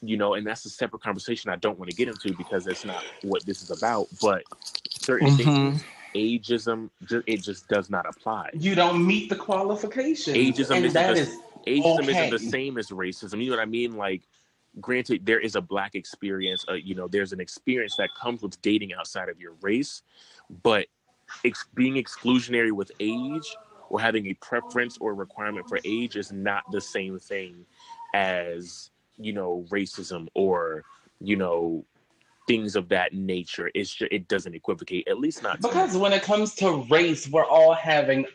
Speaker 5: you know, and that's a separate conversation I don't want to get into because that's not what this is about. But certain
Speaker 6: Mhm.
Speaker 5: things,
Speaker 4: Mm-hmm.
Speaker 5: ageism, ju- it just does not apply.
Speaker 4: You don't meet the qualifications.
Speaker 5: Ageism
Speaker 4: and
Speaker 5: isn't
Speaker 4: that
Speaker 5: the-
Speaker 4: is
Speaker 5: ageism
Speaker 4: Okay.
Speaker 5: isn't the same as racism. You know what I mean? Like, granted, there is a black experience. Uh, you know, there's an experience that comes with dating outside of your race, but ex- being exclusionary with age or having a preference or requirement for age is not the same thing as you know racism or you know things of that nature. It's just, it doesn't equivocate. At least not. to me.
Speaker 4: because when it comes to race, we're all having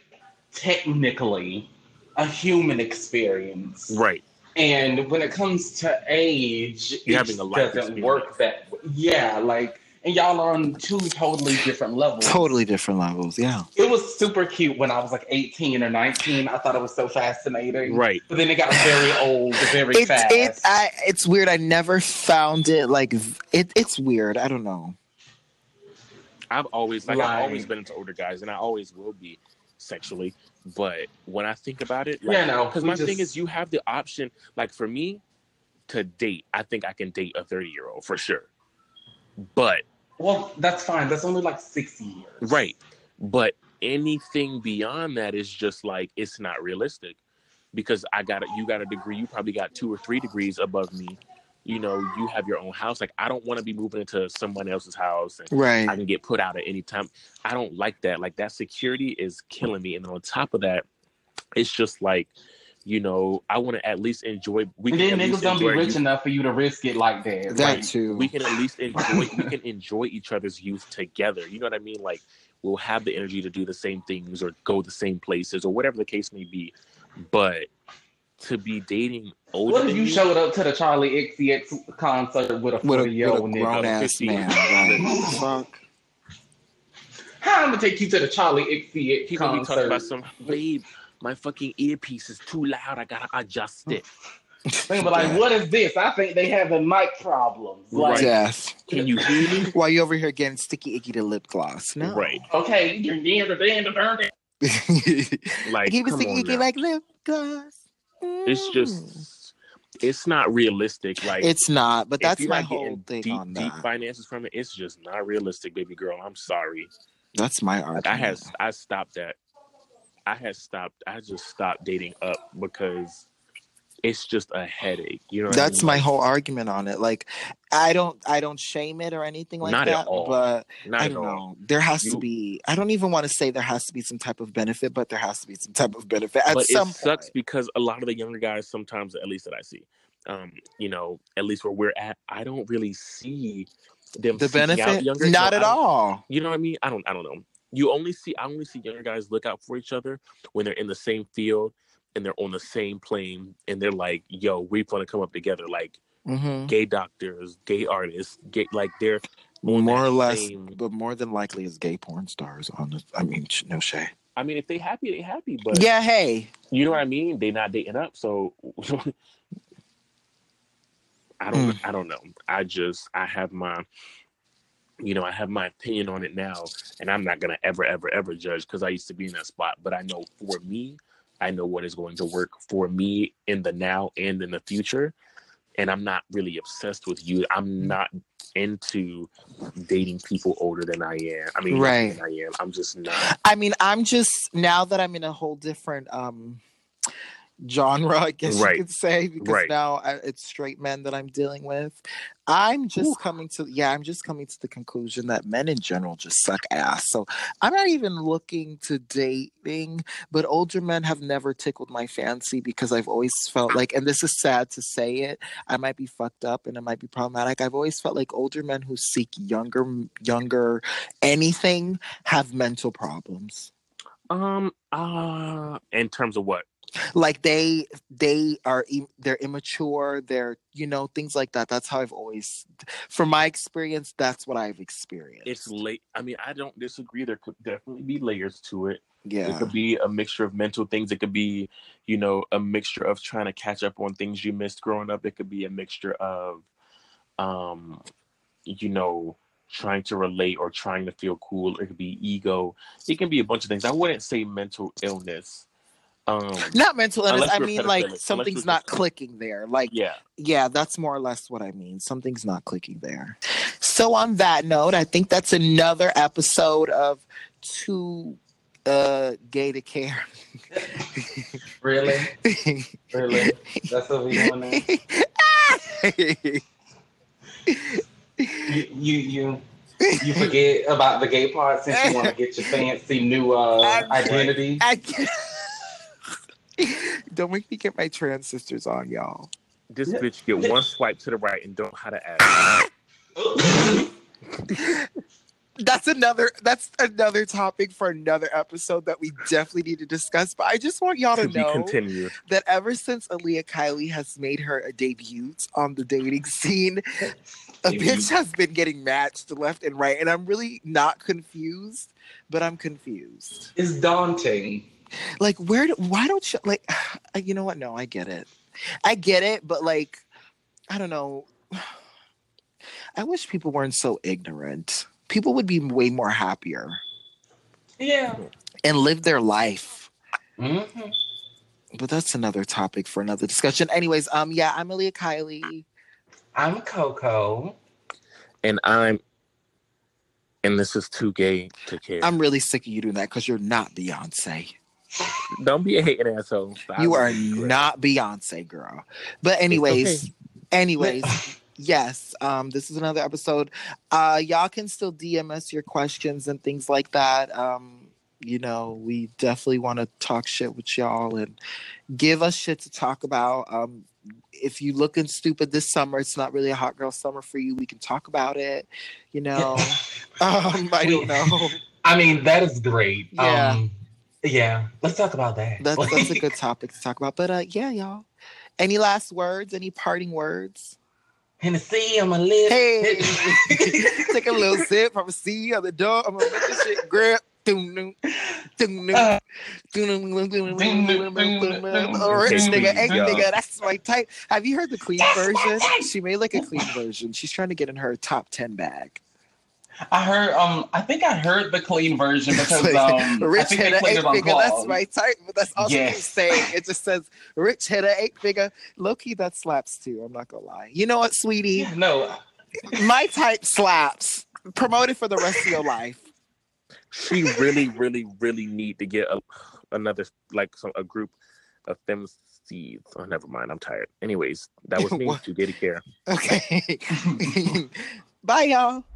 Speaker 4: technically a human experience.
Speaker 5: Right.
Speaker 4: And when it comes to age,
Speaker 5: You're
Speaker 4: it
Speaker 5: having a
Speaker 4: just
Speaker 5: life
Speaker 4: doesn't
Speaker 5: experience.
Speaker 4: work that. Yeah, like and y'all are on two totally different levels.
Speaker 6: Totally different levels. Yeah.
Speaker 4: It was super cute when I was like 18 or 19. I thought it was so fascinating.
Speaker 5: Right.
Speaker 4: But then it got very old, very
Speaker 6: It's
Speaker 4: fast.
Speaker 6: it. I, it's weird. I never found it like v- it. It's weird. I don't know.
Speaker 5: I've always like I've
Speaker 4: Right.
Speaker 5: always been into older guys, and I always will be sexually. But when I think about it,
Speaker 4: Yeah, no,
Speaker 5: because
Speaker 4: we
Speaker 5: my
Speaker 4: just-
Speaker 5: thing is you have the option. Like for me, to date, I think I can date a thirty year old for sure. But
Speaker 4: well, that's fine. That's only like six years.
Speaker 5: right, but anything beyond that is just like it's not realistic because I got a, you got a degree, you probably got two or three degrees above me. You know, you have your own house. Like I don't want to be moving into someone else's house and
Speaker 6: Right.
Speaker 5: I can get put out at any time. I don't like that. Like that security is killing me. And on top of that, it's just like, you know, I want to at least enjoy. We
Speaker 4: And
Speaker 5: can
Speaker 4: then
Speaker 5: at
Speaker 4: niggas
Speaker 5: least
Speaker 4: don't be
Speaker 5: enjoy.
Speaker 4: rich
Speaker 5: youth-
Speaker 4: enough for you to risk it like that.
Speaker 6: that
Speaker 4: Like,
Speaker 6: too.
Speaker 5: We can at least enjoy. we can enjoy each other's youth together. You know what I mean? Like we'll have the energy to do the same things or go the same places or whatever the case may be. But to be dating older
Speaker 4: what if
Speaker 5: than
Speaker 4: you
Speaker 5: me-
Speaker 4: showed up to the Charlie XCX concert with a
Speaker 6: With a,
Speaker 4: 40 year old
Speaker 6: with a grown
Speaker 4: nigga?
Speaker 6: ass
Speaker 5: 50.
Speaker 6: man. Right. Fuck.
Speaker 4: How I'm gonna take you to the Charlie XCX
Speaker 5: People be talking
Speaker 4: concert?
Speaker 5: about some babe. My fucking earpiece is too loud. I gotta adjust it.
Speaker 4: they be like, "What is this? I think they having mic problems." Like,
Speaker 5: Right.
Speaker 6: Death.
Speaker 5: Can you hear me?
Speaker 6: While you over here getting sticky icky to lip gloss. No.
Speaker 5: Right.
Speaker 4: okay, you're near the end of her.
Speaker 5: Like,
Speaker 6: Give me
Speaker 5: come
Speaker 6: sticky
Speaker 5: on
Speaker 6: icky
Speaker 5: now.
Speaker 6: like lip gloss.
Speaker 5: it's
Speaker 6: Mm.
Speaker 5: just, it's not realistic. Like,
Speaker 6: It's not,
Speaker 5: if
Speaker 6: but that's
Speaker 5: you're
Speaker 6: my
Speaker 5: not
Speaker 6: whole
Speaker 5: getting
Speaker 6: thing
Speaker 5: deep,
Speaker 6: on
Speaker 5: deep
Speaker 6: that.
Speaker 5: finances from it. It's just not realistic, baby girl. I'm sorry.
Speaker 6: That's my argument.
Speaker 5: Like, I had, I stopped that. I had stopped. I just stopped dating up because it's just a headache. You know. what I
Speaker 6: That's
Speaker 5: mean?
Speaker 6: my whole argument on it. Like, I don't, I don't shame it or anything like
Speaker 5: Not at
Speaker 6: that.
Speaker 5: all.
Speaker 6: But
Speaker 5: Not
Speaker 6: I
Speaker 5: at
Speaker 6: don't
Speaker 5: all.
Speaker 6: know. There has to
Speaker 5: You-
Speaker 6: be. I don't even want to say there has to be some type of benefit, but there has to be some type of benefit at
Speaker 5: but
Speaker 6: some
Speaker 5: it sucks
Speaker 6: point.
Speaker 5: because a lot of the younger guys sometimes at least that i see um you know at least where we're at i don't really see them
Speaker 6: The
Speaker 5: seeking out
Speaker 6: benefit,
Speaker 5: younger no,
Speaker 6: not
Speaker 5: I
Speaker 6: at
Speaker 5: don't-
Speaker 6: all.
Speaker 5: you know what i mean i don't i don't know you only see i only see younger guys look out for each other when they're in the same field and they're on the same plane and they're like yo we want to come up together like
Speaker 6: hmm
Speaker 5: gay doctors gay artists gay like they're on
Speaker 6: More
Speaker 5: that
Speaker 6: or less,
Speaker 5: same-
Speaker 6: but more than likely is gay porn stars on the. I mean, sh- no shade.
Speaker 5: i mean if they happy they happy but
Speaker 6: yeah, hey,
Speaker 5: you know what I mean? They not dating up, so I don't I don't know. I just I have my you know, I have my opinion on it now and I'm not gonna ever, ever, ever judge because I used to be in that spot. But I know for me, I know what is going to work for me in the now and in the future. And I'm not really obsessed with you. I'm not into dating people older than I am. I mean, younger
Speaker 6: Right.
Speaker 5: than I am. I'm just not.
Speaker 6: I mean, I'm just now that I'm in a whole different um genre, I guess
Speaker 5: Right.
Speaker 6: you could say, because
Speaker 5: Right.
Speaker 6: now I, it's straight men that I'm dealing with. I'm just coming to yeah, I'm just coming to the conclusion that men in general just suck ass. So I'm not even looking to dating, but older men have never tickled my fancy because I've always felt like, and this is sad to say it, I might be fucked up and it might be problematic. I've always felt like older men who seek younger, younger anything have mental problems.
Speaker 5: Um uh in terms of what?
Speaker 6: like they they are im- they're immature they're you know things like that that's how i've always from my experience that's what i've experienced
Speaker 5: it's late. I mean, I don't disagree. There could definitely be layers to it. It
Speaker 6: yeah
Speaker 5: could be a mixture of mental things. It could be, you know, a mixture of trying to catch up on things you missed growing up. It could be a mixture of, um, you know, trying to relate or trying to feel cool. It could be ego. It can be a bunch of things. I wouldn't say mental illness. Um,
Speaker 6: not mental illness
Speaker 5: Unless
Speaker 6: i
Speaker 5: you're a
Speaker 6: mean like
Speaker 5: pedophilic, unless
Speaker 6: something's
Speaker 5: you're
Speaker 6: not
Speaker 5: just-
Speaker 6: clicking there like
Speaker 5: yeah.
Speaker 6: yeah that's more or less what i mean something's not clicking there so on that note i think that's another episode of two uh gay to care
Speaker 4: Really, really. That's what we doing. Now?
Speaker 6: Ah!
Speaker 4: You, you, you, you forget about the gay part since you want to get your fancy new uh,
Speaker 6: I'm-
Speaker 4: identity.
Speaker 6: I can't- Don't make me get my trans sisters on, y'all.
Speaker 5: This
Speaker 4: Yeah.
Speaker 5: bitch get one swipe to the right and don't know how to act.
Speaker 6: that's another that's another topic for another episode that we definitely need to discuss. But I just want y'all to
Speaker 5: To be
Speaker 6: know
Speaker 5: continued.
Speaker 6: that ever since Aaliyah Kylie has made her a debut on the dating scene, a bitch has been getting matched left and right. And I'm really not confused, but I'm confused.
Speaker 4: It's daunting.
Speaker 6: Like, where do, why don't you, like, you know what? No, I get it. I get it, but like, I don't know. I wish people weren't so ignorant. People would be way more happier
Speaker 4: Yeah.
Speaker 6: and live their life.
Speaker 4: hmm
Speaker 6: But that's another topic for another discussion. Anyways, um, yeah, I'm Aaliyah Kylie.
Speaker 4: I'm Coco.
Speaker 5: And I'm and this is too gay to care.
Speaker 6: I'm really sick of you doing that because you're not Beyonce.
Speaker 5: Don't be a hating asshole. Stop.
Speaker 6: you are not Beyonce, girl. But anyways, anyways, yes. Um, this is another episode. Uh, y'all can still DM us your questions and things like that. Um, you know, we definitely want to talk shit with y'all and give us shit to talk about. Um, if you looking stupid this summer, it's not really a hot girl summer for you. We can talk about it. You know, um, I don't know.
Speaker 4: I mean, that is great.
Speaker 6: Yeah.
Speaker 4: Um, yeah. Let's talk about that.
Speaker 6: That's that's a
Speaker 4: Like,
Speaker 6: good topic to talk about. But uh, yeah, y'all. Any last words? Any parting words?
Speaker 4: Hennessy on my list.
Speaker 6: Hey, take a little sip. I'm gonna see you on the door. I'm gonna make this shit grip. Doom, doom, doom, doom,
Speaker 4: Uh.
Speaker 6: doom, doom, doom, doom,
Speaker 4: Doom, doom,
Speaker 6: doom, doom,
Speaker 4: doom,
Speaker 6: doom.
Speaker 4: doom.
Speaker 6: Oh, rich
Speaker 5: Okay,
Speaker 6: nigga,
Speaker 5: please,
Speaker 6: egg
Speaker 5: y'all.
Speaker 6: nigga. That's my type. Have you heard the clean
Speaker 4: That's my
Speaker 6: version?
Speaker 4: type.
Speaker 6: She made like a clean version. She's trying to get in her top ten bag.
Speaker 4: I heard. Um, I think I heard the clean version because
Speaker 6: Like,
Speaker 4: um, I
Speaker 6: rich
Speaker 4: think they
Speaker 6: hitter,
Speaker 4: played
Speaker 6: eight
Speaker 4: it on
Speaker 6: figure. That's
Speaker 4: Claws.
Speaker 6: my type, but that's all she keeps
Speaker 4: Yes.
Speaker 6: saying. It just says rich hitter, eight figure. Low key, that slaps too. I'm not gonna lie. You know what, sweetie?
Speaker 4: Yeah, no,
Speaker 6: My type slaps. Promote it for the rest of your life.
Speaker 5: She really, really, really need to get a, another like some a group of them seeds. Oh, never mind. I'm tired. Anyways, that was me.
Speaker 6: What?
Speaker 5: Too gay to care.
Speaker 6: Okay. Bye, y'all.